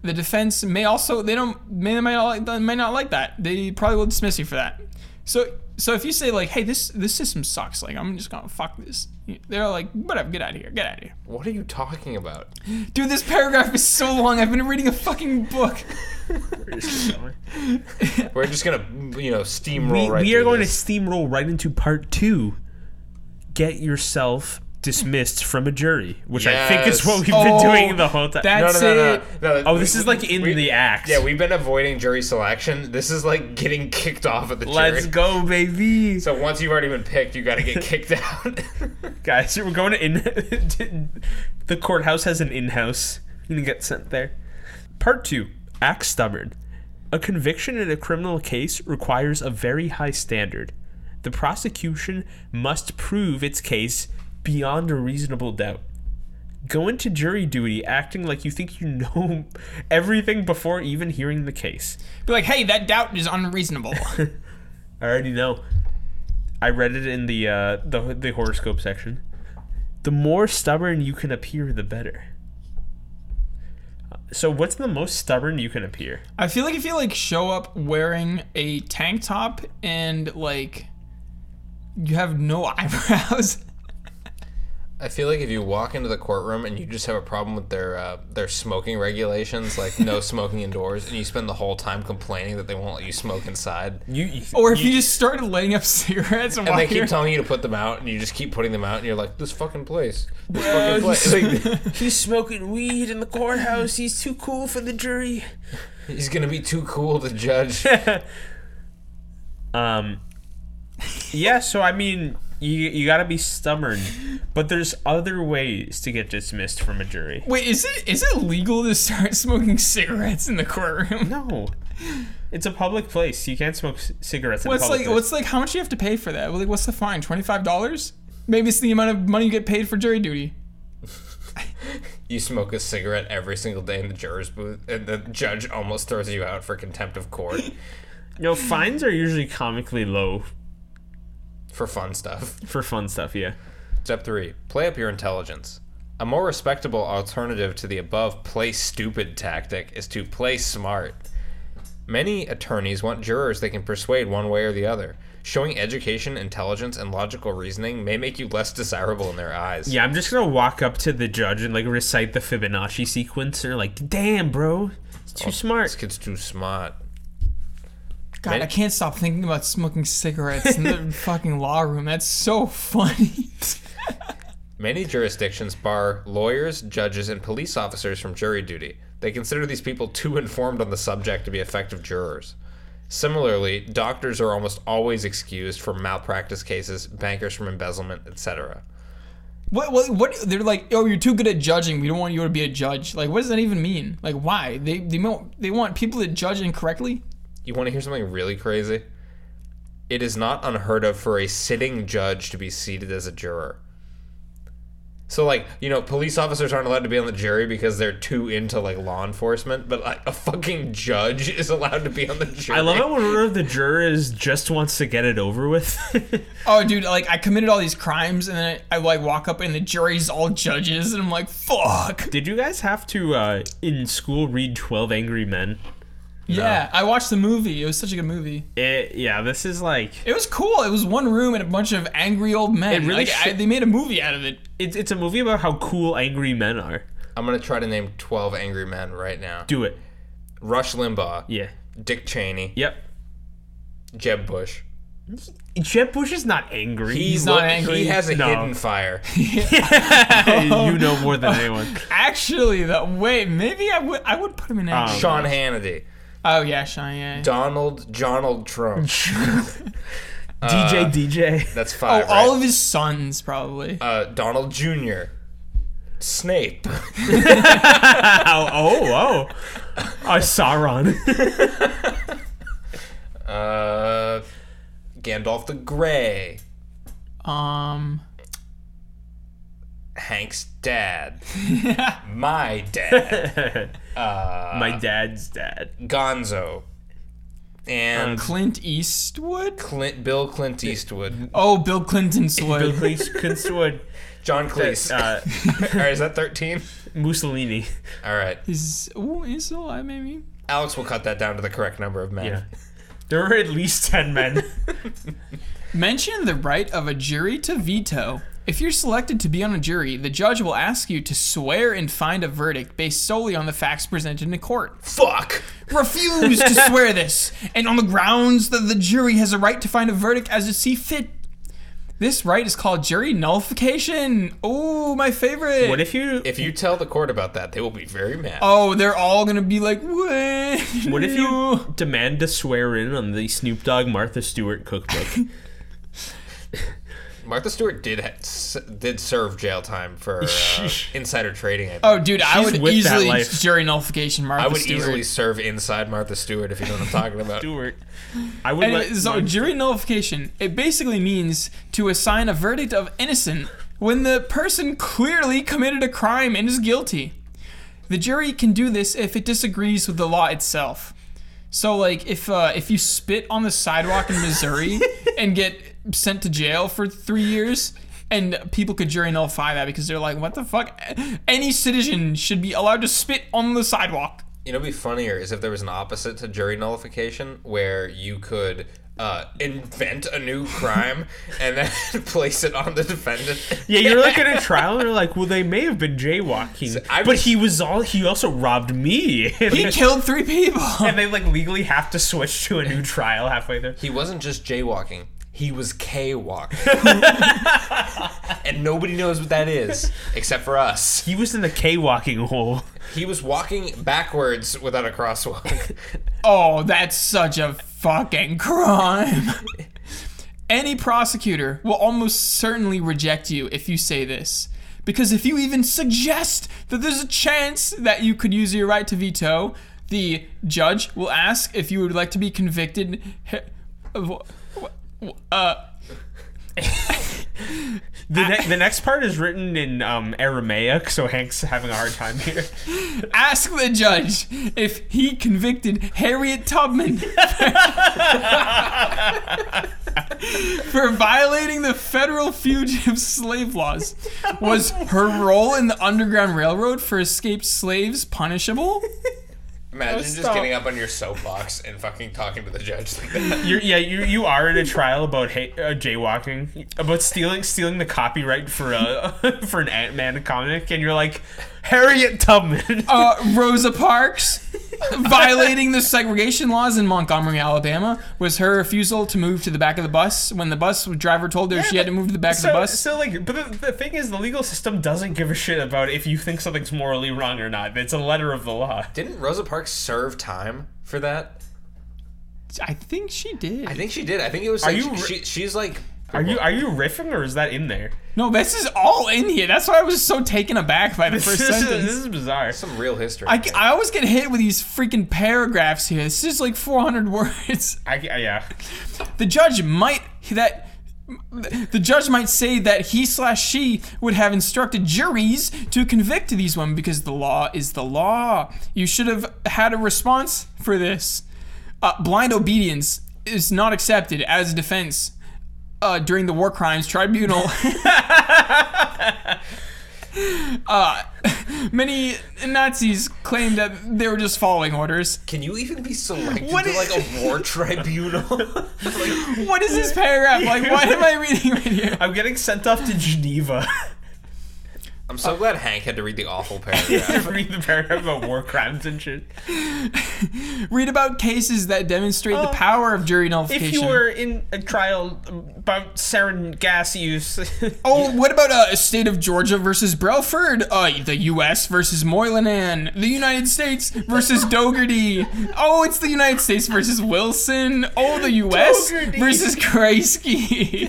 S3: The defense may also they don't may they might not, they may not like that. They probably will dismiss you for that. So so if you say like, hey, this this system sucks. Like I'm just gonna fuck this. They're like, whatever. Get out of here. Get out of here.
S1: What are you talking about?
S3: Dude, this paragraph is so long. I've been reading a fucking book.
S1: We're just gonna, you know, steamroll
S2: we,
S1: right.
S2: we are
S1: through
S2: going
S1: this.
S2: to steamroll right into part two. Get yourself dismissed from a jury, which I think is
S1: Yes.
S2: what we've
S3: Oh,
S2: been doing the whole time.
S1: No,
S3: That's
S1: no, no,
S3: it.
S1: no, no.
S2: oh, this is like in
S1: we-
S2: the act.
S1: Yeah, we've been avoiding jury selection. This is like getting kicked off at the
S2: Let's
S1: jury.
S2: go, baby.
S1: So once you've already been picked, you got to get kicked out.
S2: Guys, we're going to in. the courthouse has an in-house. You're gonna get sent there. Part two: Act stubborn. A conviction in a criminal case requires a very high standard. The prosecution must prove its case beyond a reasonable doubt. Go into jury duty acting like you think you know everything before even hearing the case.
S3: Be like, hey, that doubt is unreasonable.
S2: I already know. I read it in the uh, the the horoscope section. the more stubborn you can appear, the better. Uh, So, what's the most stubborn you can appear?
S3: I feel like if you like show up wearing a tank top and like you have no eyebrows.
S1: I feel like if you walk into the courtroom and you just have a problem with their uh, their smoking regulations, like no smoking indoors, and you spend the whole time complaining that they won't let you smoke inside,
S2: You
S3: Or if you, just started lighting up cigarettes and,
S1: and they
S3: walking
S1: keep
S3: around-
S1: telling you to put them out, and you just keep putting them out, and you're like, this fucking place, this fucking place. Like,
S2: he's smoking weed in the courthouse. He's too cool for the jury.
S1: he's gonna be too cool to judge.
S2: Um, yeah. So I mean, you you gotta be stubborn, but there's other ways to get dismissed from a jury.
S3: Wait, is it is it legal to start smoking cigarettes in the courtroom?
S2: No, it's a public place. You can't smoke c- cigarettes. In a
S3: What's
S2: public
S3: like
S2: place.
S3: what's like how much do you have to pay for that? Like what's the fine? Twenty five dollars? Maybe it's the amount of money you get paid for jury duty.
S1: You smoke a cigarette every single day in the juror's booth, and the judge almost throws you out for contempt of court
S2: no fines are usually comically low
S1: for fun stuff.
S2: for fun stuff. Yeah.
S1: Step three: play up your intelligence. A more respectable alternative to the above play stupid tactic is to play smart. Many attorneys want jurors they can persuade one way or the other. Showing education, intelligence, and logical reasoning may make you less desirable in their eyes.
S2: Yeah, I'm just gonna walk up to the judge and like recite the Fibonacci sequence, and they're like, "Damn, bro, it's
S3: Oh,
S2: too smart."
S1: This kid's too smart.
S3: God,
S1: Maybe-
S3: I can't stop thinking about smoking cigarettes in the fucking law room. That's so funny.
S1: Many jurisdictions bar lawyers, judges, and police officers from jury duty. They consider these people too informed on the subject to be effective jurors. Similarly, doctors are almost always excused from malpractice cases, bankers from embezzlement, etc.
S3: What, what, what? They're like, oh, you're too good at judging. We don't want you to be a judge. Like, what does that even mean? Like, why? They they want they want people to judge incorrectly.
S1: You want to hear something really crazy? It is not unheard of for a sitting judge to be seated as a juror. So like, you know, police officers aren't allowed to be on the jury because they're too into like law enforcement, but like a fucking judge is allowed to be on the jury.
S2: I love it when one of the jurors just wants to get it over with.
S3: Oh, dude, like I committed all these crimes, and then I, I like walk up, and the jury's all judges, and I'm like, fuck.
S2: Did you guys have to uh, in school read Twelve Angry Men?
S3: Yeah, I watched the movie. It was such a good movie.
S2: It, yeah, this is like
S3: It was cool. It was one room and a bunch of angry old
S2: It
S3: men.
S2: really
S3: Like, I-
S2: sh-
S3: they made a movie out of it.
S2: it's it's a movie about how cool angry men are.
S1: I'm gonna try to name 12 angry men right now.
S2: Do it.
S1: Rush Limbaugh,
S2: Yeah.
S1: Dick Cheney,
S2: Yep.
S1: Jeb Bush.
S2: Jeb Bush is not angry.
S1: He's
S3: not angry.
S1: He has a
S2: No.
S1: hidden fire.
S2: you know more than anyone.
S3: Actually, though, wait, maybe I would I would put him in.
S2: Um,
S3: Action.
S1: Sean Hannity,
S3: oh yeah, Sean. Yeah.
S1: Donald Donald Trump.
S2: DJ DJ.
S1: That's
S3: Oh,
S1: five.
S3: all
S1: right?
S3: of his sons probably.
S1: uh, Donald Jr. Snape.
S2: oh oh oh. Uh, Sauron.
S1: Uh, Gandalf the Grey.
S3: Um.
S1: Hank's dad. My dad.
S2: My dad's dad.
S1: Gonzo. And
S3: Clint Eastwood?
S1: Clint, Bill Clint Eastwood.
S3: Oh, Bill Clinton's
S2: Bill
S3: wood.
S2: Clinton
S1: John Cleese.
S2: uh,
S1: All right, is that 13?
S2: Mussolini.
S1: All right.
S3: He's, ooh, he's still alive, maybe.
S1: Alex will cut that down to the correct number of men.
S2: Yeah. There were at least ten men.
S3: Mention the right of a jury to veto. If you're selected to be on a jury, the judge will ask you to swear and find a verdict based solely on the facts presented in court.
S1: Fuck!
S3: Refuse to swear this, and on the grounds that the jury has a right to find a verdict as it see fit. This right is called jury nullification. Oh, my favorite.
S2: What if you
S1: If you tell the court about that, they will be very mad.
S3: oh, they're all gonna be like, what?
S2: What if you demand to swear in on the Snoop Dogg Martha Stewart cookbook?
S1: Martha Stewart did ha- s- did serve jail time for uh, insider trading. I, think.
S3: Oh, dude, I
S2: She's
S3: would
S2: with that
S3: easily
S2: life.
S3: jury nullification Martha
S1: I would
S3: Stewart.
S1: easily serve inside Martha Stewart if you know what I'm talking about.
S2: Stewart. I would
S3: And
S2: let
S3: it- so, jury nullification, it basically means to assign a verdict of innocent when the person clearly committed a crime and is guilty. The jury can do this if it disagrees with the law itself. So, like, if uh, if you spit on the sidewalk in Missouri and get sent to jail for three years, and people could jury nullify that because they're like, what the fuck? Any citizen should be allowed to spit on the sidewalk.
S1: You know, what'd be funnier is if there was an opposite to jury nullification where you could uh, invent a new crime and then place it on the defendant.
S2: Yeah, you're like in a trial, and you're like, well, they may have been jaywalking,
S1: I
S2: but
S1: was-
S2: he was all he also robbed me.
S3: He killed three people.
S2: and they like legally have to switch to a new trial halfway there.
S1: He wasn't just jaywalking. He was K walking. and nobody knows what that is, except for us.
S2: He was in the K walking hole.
S1: He was walking backwards without a crosswalk.
S3: Oh, that's such a fucking crime. Any prosecutor will almost certainly reject you if you say this. Because if you even suggest that there's a chance that you could use your right to veto, the judge will ask if you would like to be convicted of. Uh,
S2: The, ne- the next part is written in um, Aramaic, so Hank's having a hard time here.
S3: ask the judge if he convicted Harriet Tubman for violating the federal fugitive slave laws. Was her role in the Underground Railroad for escaped slaves punishable?
S1: Imagine just
S3: stop.
S1: getting up on your soapbox and fucking talking to the judge like that.
S2: You're, yeah, you you are in a trial about ha- uh, jaywalking, about stealing stealing the copyright for a for an Ant Man comic, and you're like Harriet Tubman.
S3: Uh, Rosa Parks violating the segregation laws in Montgomery, Alabama. Was her refusal to move to the back of the bus when the bus driver told her she had to move to the back
S2: so,
S3: of the bus?
S2: so like, but the, the thing is, the legal system doesn't give a shit about if you think something's morally wrong or not. It's a letter of the law.
S1: Didn't Rosa Parks serve time for that?
S3: I think she did.
S1: I think she did. I think it was like
S2: you re-
S1: she, she's like
S2: Are you are you riffing or is that in there?
S3: No, this is all in here. That's why I was so taken aback by the
S2: This,
S3: first
S2: is-
S3: sentence.
S2: this is bizarre.
S1: some real history.
S3: I, I always get hit with these freaking paragraphs here. This is like 400 words.
S2: I, ca- yeah.
S3: The judge might that the judge might say that he slash she would have instructed juries to convict these women because the law is the law. You should have had a response for this. Uh, blind obedience is not accepted as a defense uh, during the war crimes tribunal. uh, many Nazis claimed that they were just following orders.
S1: Can you even be selected
S3: What
S1: to
S3: is-
S1: like a war tribunal? Like,
S3: What is this paragraph like? Why am I reading right here?
S2: I'm getting sent off to Geneva
S1: I'm so glad Hank had to read the awful paragraph.
S2: to read the paragraph about war crimes and shit.
S3: Read about cases that demonstrate the
S2: Uh,
S3: power of jury nullification.
S2: If you were in a trial about sarin gas use,
S3: oh, what about uh, state of Georgia versus Brelford? Uh, the U.S. versus Moynihan. The United States versus Dougherty. Oh, it's the United States versus Wilson. Oh, the U.S.
S2: Dougherty.
S3: versus Kreisky.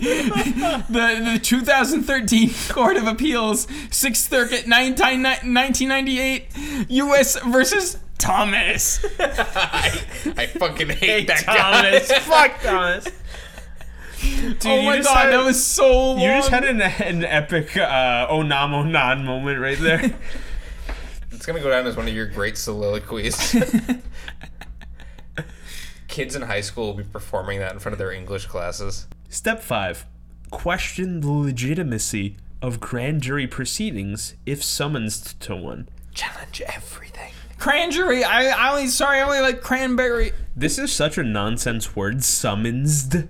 S3: the, the 2013 Court of Appeals, Sixth Circuit, 19, 1998. U.S. versus Thomas.
S1: I, I fucking hate that
S2: Thomas,
S1: guy.
S2: fuck Thomas. Oh
S3: oh
S2: you
S3: my
S2: just
S3: god,
S2: had-
S3: that was so long.
S2: You just had an, an epic uh, Onamo Nan moment right there.
S1: It's gonna go down as one of your great soliloquies. Kids in high school will be performing that in front of their English classes.
S2: Step 5 Question the legitimacy of grand jury proceedings if summoned to one.
S1: Challenge everything.
S3: Cranberry. I, I only sorry, I only like cranberry.
S2: This is such a nonsense word, summonsed.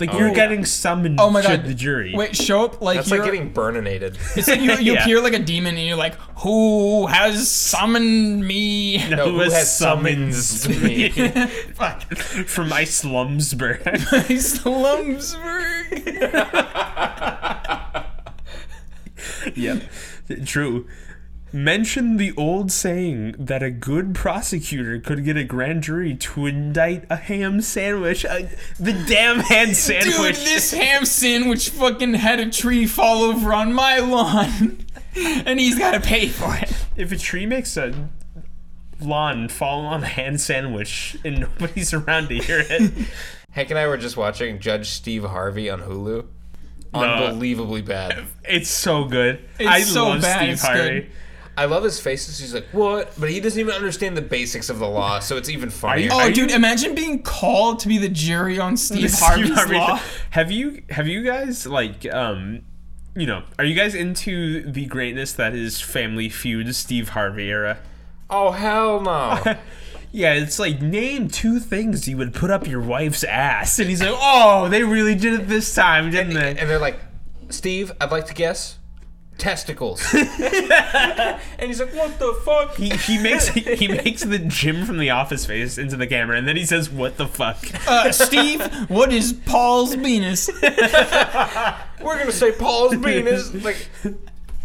S2: Like you're getting summoned
S3: Oh my
S2: to
S3: god.
S2: the jury.
S3: Wait, show up like
S1: That's
S3: you're,
S1: like getting burninated.
S3: it's like you, you
S2: Yeah.
S3: appear like a demon and you're like, who has summoned me?
S1: No,
S2: who has
S1: summons me?
S2: Fuck. From my Slumsburg.
S3: Slumsburg.
S2: yep. True. Mention the old saying that a good prosecutor could get a grand jury to indict a ham sandwich. Uh, the damn ham
S3: Dude,
S2: sandwich.
S3: this ham sandwich fucking had a tree fall over on my lawn. And he's gotta pay for it.
S2: if a tree makes a lawn fall on a hand sandwich and nobody's around to hear it,
S1: Hank and I were just watching Judge Steve Harvey on Hulu. Unbelievably bad.
S2: it's so good. I
S3: so
S2: love
S3: bad,
S2: Steve
S3: it's
S2: Harvey.
S3: good.
S1: I love his faces. He's like, what? But he doesn't even understand the basics of the law, so it's even funnier.
S3: Oh,
S2: Are you-
S3: dude, imagine being called to be the jury on Steve Harvey's
S2: Steve Harvey-
S3: law.
S2: Have you have you guys like um you know, are you guys into the greatness that is Family Feud, Steve Harvey era?
S1: Oh hell no!
S2: Yeah, it's like name two things you would put up your wife's ass, and he's like, "Oh, they really did it this time, didn't they?"
S1: and they're like, Steve, I'd like to guess, testicles. and he's like, what the fuck?
S2: He, he makes he makes the Jim from The Office face into the camera, and then he says, "What the fuck?"
S3: Uh, Steve, what is Paul's penis?
S1: We're gonna say Paul's penis, like,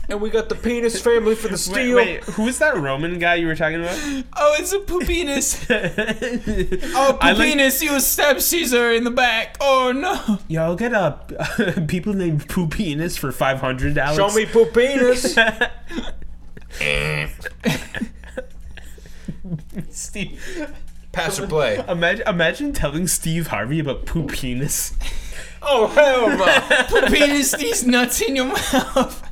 S1: and we got the penis family for the
S2: Wait,
S1: steel.
S2: wait, who was that Roman guy you were talking about?
S3: Oh, it's a penis. Oh,
S2: I like-
S3: penis, you stab Caesar in the back. Oh no.
S2: Y'all get a people named Poopinus for five hundred dollars.
S1: Show me poop penis.
S2: Steve.
S1: Pass or play.
S2: Imagine, imagine telling Steve Harvey about Poopinus.
S1: Oh hell no!
S3: Put penis these nuts in your mouth.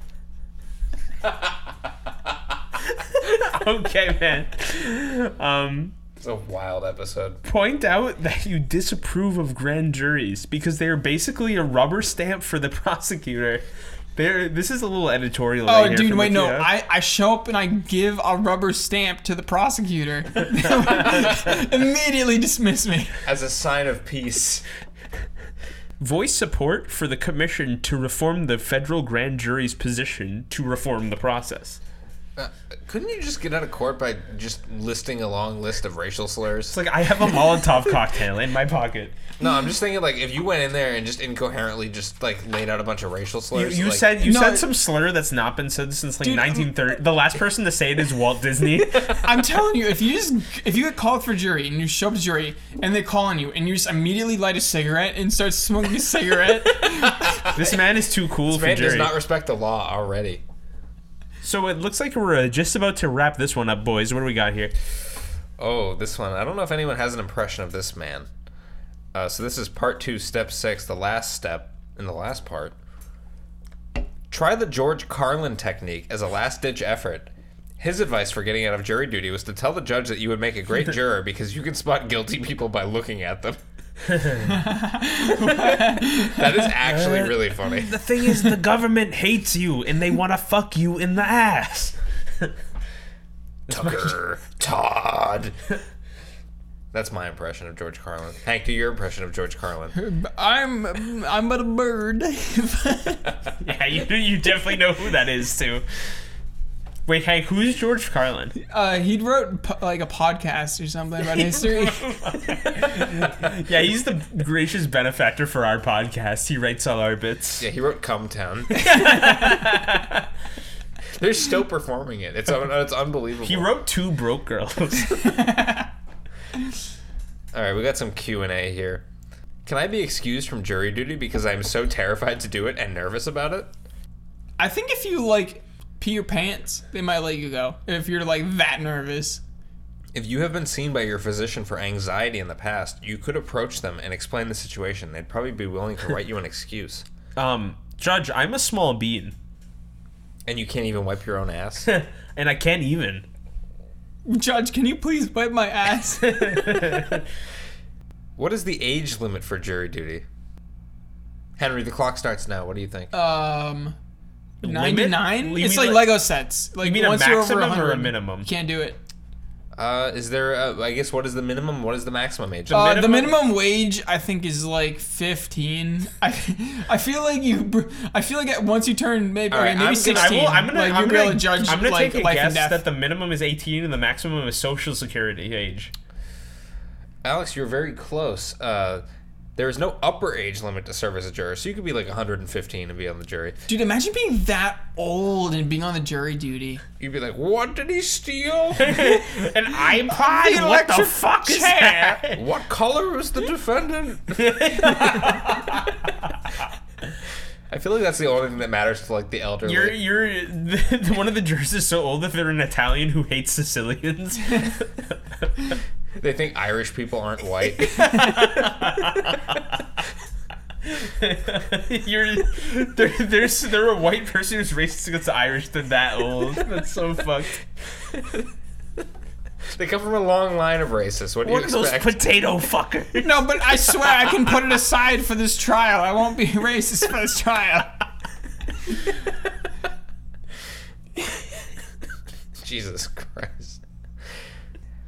S2: okay, man. Um,
S1: It's a wild episode.
S2: point out that you disapprove of grand juries because they are basically a rubber stamp for the prosecutor. They're, this is a little editorial. right
S3: Oh,
S2: here
S3: dude,
S2: from
S3: wait, no.
S2: Akio.
S3: I, I show up and I give a rubber stamp to the prosecutor. Immediately dismiss me.
S1: As a sign of peace.
S2: voice support for the commission to reform the federal grand jury's position to reform the process.
S1: Uh, couldn't you just get out of court by just listing a long list of racial slurs?
S2: It's like I have a Molotov cocktail in my pocket.
S1: No, I'm just thinking like if you went in there and just incoherently just like laid out a bunch of racial
S2: You,
S1: slurs.
S2: you
S1: like,
S2: said you
S3: No,
S2: said
S3: it-
S2: some slur that's not been said since like
S3: Dude, uh, I'm-
S2: 1930. The last person to say it is Walt Disney.
S3: I'm telling you, if you just if you get called for jury and you show up to jury and they call on you and you just immediately light a cigarette and start smoking a cigarette,
S2: this man is too cool for
S1: man does
S2: jury.
S1: not respect the law already.
S2: so it looks like we're uh, just about to wrap this one up, boys. What do we got here?
S1: Oh, this one. I don't know if anyone has an impression of this man. Uh, so this is part two, step six, the last step in the last part. Try the George Carlin technique as a last ditch effort. His advice for getting out of jury duty was to tell the judge that you would make a great juror because you can spot guilty people by looking at them. that is actually really funny.
S2: The thing is, the government hates you and they want to fuck you in the ass.
S1: Tucker, Todd. That's my impression of George Carlin. Hank, do your impression of George Carlin.
S3: I'm I'm but a bird.
S2: Yeah, you you definitely know who that is too. Wait, Hank, who's George Carlin?
S3: uh, he wrote po- like a podcast or something about history.
S2: Yeah, he's the gracious benefactor for our podcast. He writes all our bits.
S1: Yeah, he wrote Cumtown. They're still performing it. It's un- it's unbelievable.
S2: He wrote two broke girls.
S1: All right, we got some Q and A here. Can I be excused from jury duty because I'm so terrified to do it and nervous about it?
S3: I think if you like pee your pants, they might let you go. If you're like that nervous.
S1: If you have been seen by your physician for anxiety in the past, you could approach them and explain the situation. They'd probably be willing to write you an excuse.
S2: Um, Judge, I'm a small bean,
S1: And you can't even wipe your own ass.
S2: and I can't even.
S3: Judge, can you please wipe my ass?
S1: What is the age limit for jury duty? Henry, the clock starts now. What do you think?
S3: um, ninety nine.
S2: You
S3: It's
S2: mean
S3: like,
S2: like-
S3: Lego sets. Like
S2: mean a
S3: once you're over
S2: maximum or a
S3: 100,
S2: minimum?
S3: you can't do it.
S1: Uh, is there? A, I guess what is the minimum? What is the maximum age?
S3: Uh, the
S2: minimum-
S3: minimum wage I think is like fifteen. I I feel like you. br- I feel like at- once you turn maybe
S1: right,
S3: okay, maybe
S1: I'm gonna-
S2: I
S3: sixteen,
S2: will, I'm gonna,
S3: like
S2: I'm
S3: you'll be
S2: gonna,
S3: able to judge
S2: I'm gonna
S3: like
S2: take a
S3: life
S2: guess
S3: and death.
S2: that the minimum is 18 and the maximum is Social Security age.
S1: Alex, you're very close. Uh, there is no upper age limit to serve as a juror, so you could be like 115 and be on the jury.
S3: Dude, imagine being that old and being on the jury duty.
S1: You'd be like, "What did he steal?
S2: An iPod?
S3: The
S2: what the
S3: electric
S2: fuck is
S3: chair.
S2: that?
S1: what color was the defendant?" I feel like that's the only thing that matters to like the elderly.
S2: You're, you're the, the- one of the jurors is so old that they're an Italian who hates Sicilians.
S1: They think Irish people aren't white.
S2: you're there, there's they're a white person who's racist against the Irish. They're that old. That's so fucked.
S1: they come from a long line of racists. What do
S2: One
S1: you
S2: of those
S1: expect?
S2: potato fuckers.
S3: No, but I swear I can put it aside for this trial. I won't be racist for this trial.
S1: Jesus Christ.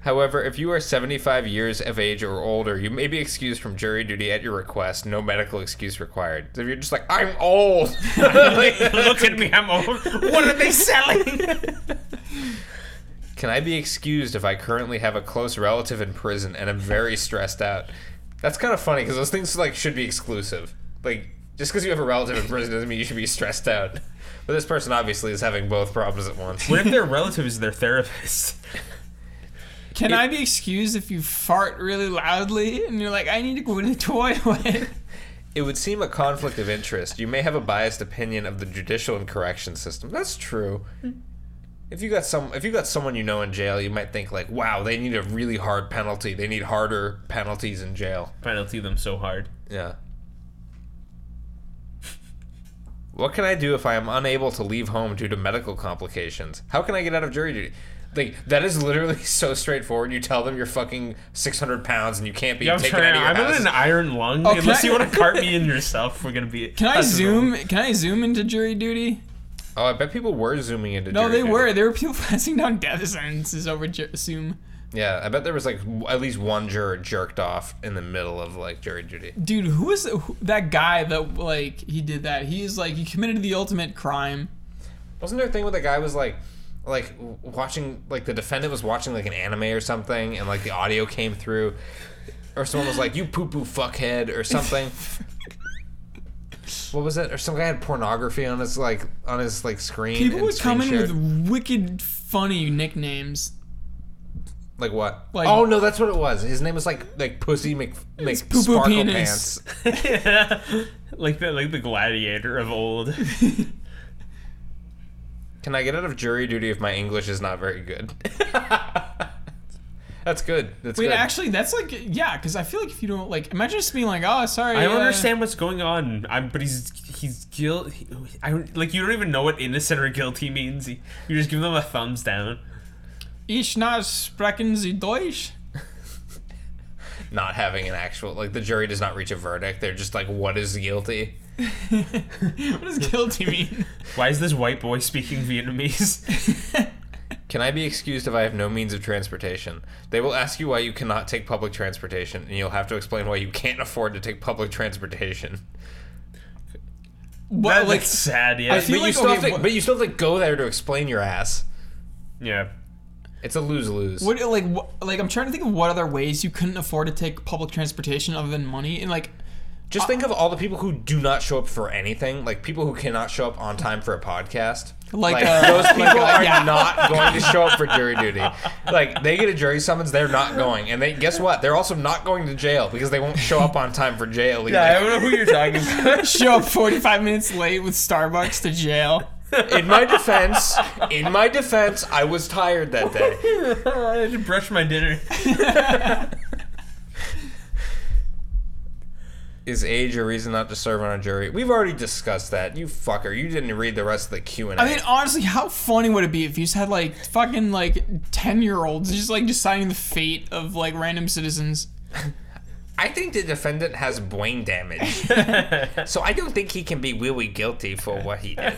S1: However, if you are 75 years of age or older, you may be excused from jury duty at your request. No medical excuse required. So if you're just like, I'm old.
S2: Look at me, I'm old. What are they selling?
S1: Can I be excused if I currently have a close relative in prison and I'm very stressed out? That's kind of funny because those things like should be exclusive. Like just because you have a relative in prison doesn't mean you should be stressed out. But this person obviously is having both problems at once.
S2: what if their relative is their therapist?
S3: Can I be excused if you fart really loudly and you're like, I need to go to the toilet?
S1: It would seem a conflict of interest. You may have a biased opinion of the judicial and correction system. That's true. If you got some, if you got someone you know in jail, you might think like, "Wow, they need a really hard penalty. They need harder penalties in jail."
S2: Penalty them so hard.
S1: Yeah. What can I do if I am unable to leave home due to medical complications? How can I get out of jury duty? Like that is literally so straightforward. You tell them you're fucking 600 pounds and you can't be
S2: Yeah, I'm
S1: taken out
S2: trying.
S1: of your
S2: I'm
S1: house.
S2: in an iron lung.
S3: Oh, can
S2: Unless
S3: I-
S2: you want to cart me in yourself, we're gonna be.
S3: Can I zoom? Can I zoom into jury duty?
S1: oh, I bet people were zooming into.
S3: No,
S1: jury
S3: they
S1: duty.
S3: were. There were people passing down death sentences over ju- Zoom.
S1: Yeah, I bet there was like w- at least one juror jerked off in the middle of like jury duty.
S3: Dude, who was the- who- that guy that like he did that? He is like he committed the ultimate crime.
S1: Wasn't there a thing where the guy was like, like w- watching, like the defendant was watching like an anime or something, and like the audio came through, or someone was like, "You poo poo fuckhead" or something. what was it? Or some guy had pornography on his like on his like screen.
S3: People
S1: and
S3: would come in
S1: screen shared.
S3: with wicked funny nicknames.
S1: like what?
S3: like-
S1: oh no, that's what it was. His name was like like Pussy Mc like
S3: Poo Poo
S1: Sparkle
S3: Penis.
S1: Pants.
S2: like the like the gladiator of old.
S1: Can I get out of jury duty if my English is not very good? That's good. That's
S3: Wait,
S1: good.
S3: actually, that's like yeah, because I feel like if you don't like, imagine just being like, oh, sorry.
S2: I don't
S3: uh,
S2: understand what's going on. I'm, but he's he's guilty. I don't- like you don't even know what innocent or guilty means. You just give them a thumbs down.
S3: Ich na sprechen Sie Deutsch.
S1: not having an actual like the jury does not reach a verdict. They're just like, what is guilty?
S3: what does guilty mean?
S2: Why is this white boy speaking Vietnamese?
S1: Can I be excused if I have no means of transportation? They will ask you why you cannot take public transportation, and you'll have to explain why you can't afford to take public transportation.
S3: What
S2: That,
S3: like
S2: that's sad. Yeah,
S3: I
S1: But
S3: feel-
S1: you,
S3: like,
S1: still
S3: okay,
S1: have to,
S3: what-
S1: but you still have to go there to explain your ass.
S2: yeah.
S1: It's a lose lose.
S3: what like what, like I'm trying to think of what other ways you couldn't afford to take public transportation other than money and like Uh,
S1: Just think of all the people who do not show up for anything, like people who cannot show up on time for a podcast.
S3: Like,
S1: Like,
S3: uh,
S1: those
S3: like,
S1: people
S3: uh,
S1: are
S3: yeah.
S1: not going to show up for jury duty. Like they get a jury summons, they're not going, and they guess what? They're also not going to jail because they won't show up on time for jail. Either.
S2: don't know who you're talking about.
S3: show up 45 minutes late with Starbucks to jail.
S1: In my defense, in my defense, I was tired that day.
S2: I had to brush my dinner.
S1: Is age a reason not to serve on a jury? We've already discussed that. You fucker, you didn't read the rest of the Q and
S3: I mean,
S1: A.
S3: honestly, how funny would it be if you just had like fucking like 10 year olds just like deciding the fate of like random citizens?
S1: I think the defendant has brain damage, so I don't think he can be really guilty for what he did.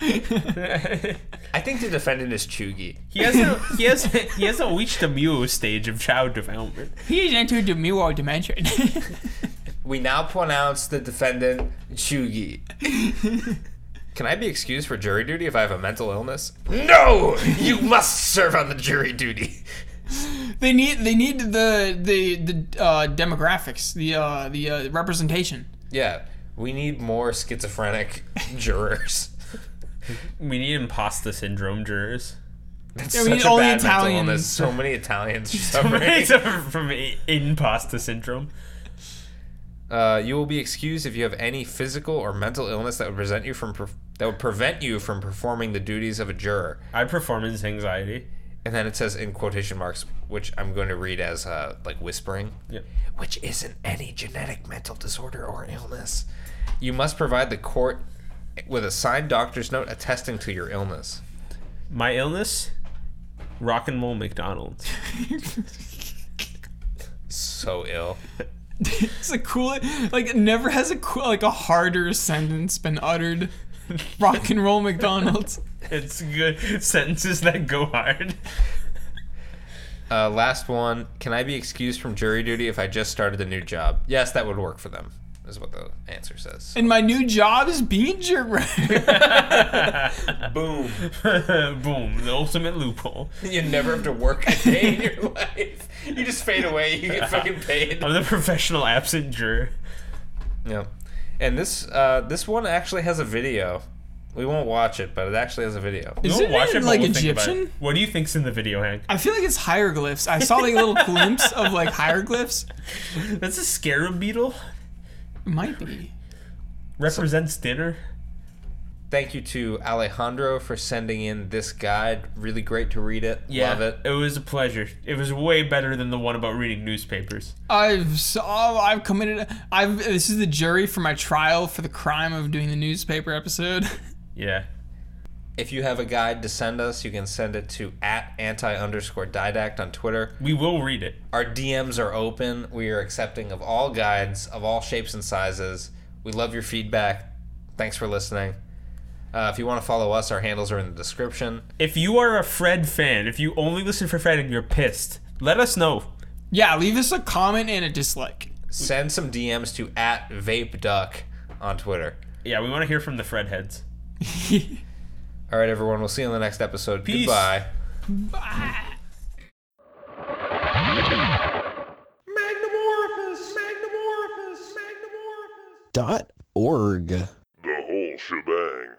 S1: I think the defendant is Chugi.
S2: He hasn't he hasn't he hasn't reached the Mew stage of child development.
S3: He's entered the Miwo dimension.
S1: We now pronounce the defendant Chugi. Can I be excused for jury duty if I have a mental illness? No! You must serve on the jury duty.
S3: they need they need the the the uh, demographics, the uh, the uh, representation.
S1: Yeah, we need more schizophrenic jurors.
S2: We need imposter syndrome jurors.
S1: That's
S3: we need
S1: such a
S3: only
S1: bad
S3: Italian-
S1: mental illness. So many Italians suffering.
S2: Right. From i- imposter syndrome.
S1: Uh, you will be excused if you have any physical or mental illness that would present you from perf- that would prevent you from performing the duties of a juror.
S2: I performance anxiety.
S1: And then it says in quotation marks, which I'm going to read as uh, like whispering,
S2: Yep.
S1: which isn't any genetic mental disorder or illness. You must provide the court with a signed doctor's note attesting to your illness.
S2: My illness? Rock and roll McDonald's.
S1: So ill.
S3: It's the coolest. Like, never has a cool, like a harder sentence been uttered. Rock and roll McDonald's.
S2: It's good sentences that go hard.
S1: Uh, last one. Can I be excused from jury duty if I just started a new job? Yes, that would work for them, is what the answer says.
S3: And my new job is being jerk rider.
S1: Boom.
S2: Boom, the ultimate loophole.
S1: You never have to work a day in your life. You just fade away. You get fucking paid.
S2: I'm the professional absent juror.
S1: Yeah. And this uh, this one actually has a video. We won't watch it, but it actually has a video.
S3: Is
S2: We'll
S3: it
S2: watch
S3: in,
S2: but
S3: like,
S2: we'll think about it.
S3: Egyptian?
S2: What do you think's in the video, Hank?
S3: I feel like it's hieroglyphs. I saw like a little glimpse of like hieroglyphs.
S2: That's a scarab beetle.
S3: It might be.
S2: Represents dinner.
S1: Thank you to Alejandro for sending in this guide. Really great to read it. Love it.
S2: was a pleasure. It was way better than the one about reading newspapers.
S3: I've saw. I've committed. I've. This is the jury for my trial for the crime of doing the newspaper episode.
S2: Yeah.
S1: If you have a guide to send us, you can send it to at anti underscore didact on Twitter.
S2: We will read it.
S1: Our DMs are open. We are accepting of all guides of all shapes and sizes. We love your feedback. Thanks for listening. Uh, if you want to follow us, our handles are in the description.
S2: If you are a Fred fan, if you only listen for Fred and you're pissed, let us know.
S3: yeah, leave us a comment and a dislike.
S1: Send some DMs to at vape duck on Twitter.
S2: Yeah, we want to hear from the Fred heads.
S1: All right, everyone. We'll see you in the next episode.
S2: Peace.
S1: Goodbye.
S4: dot org.
S5: The whole shebang.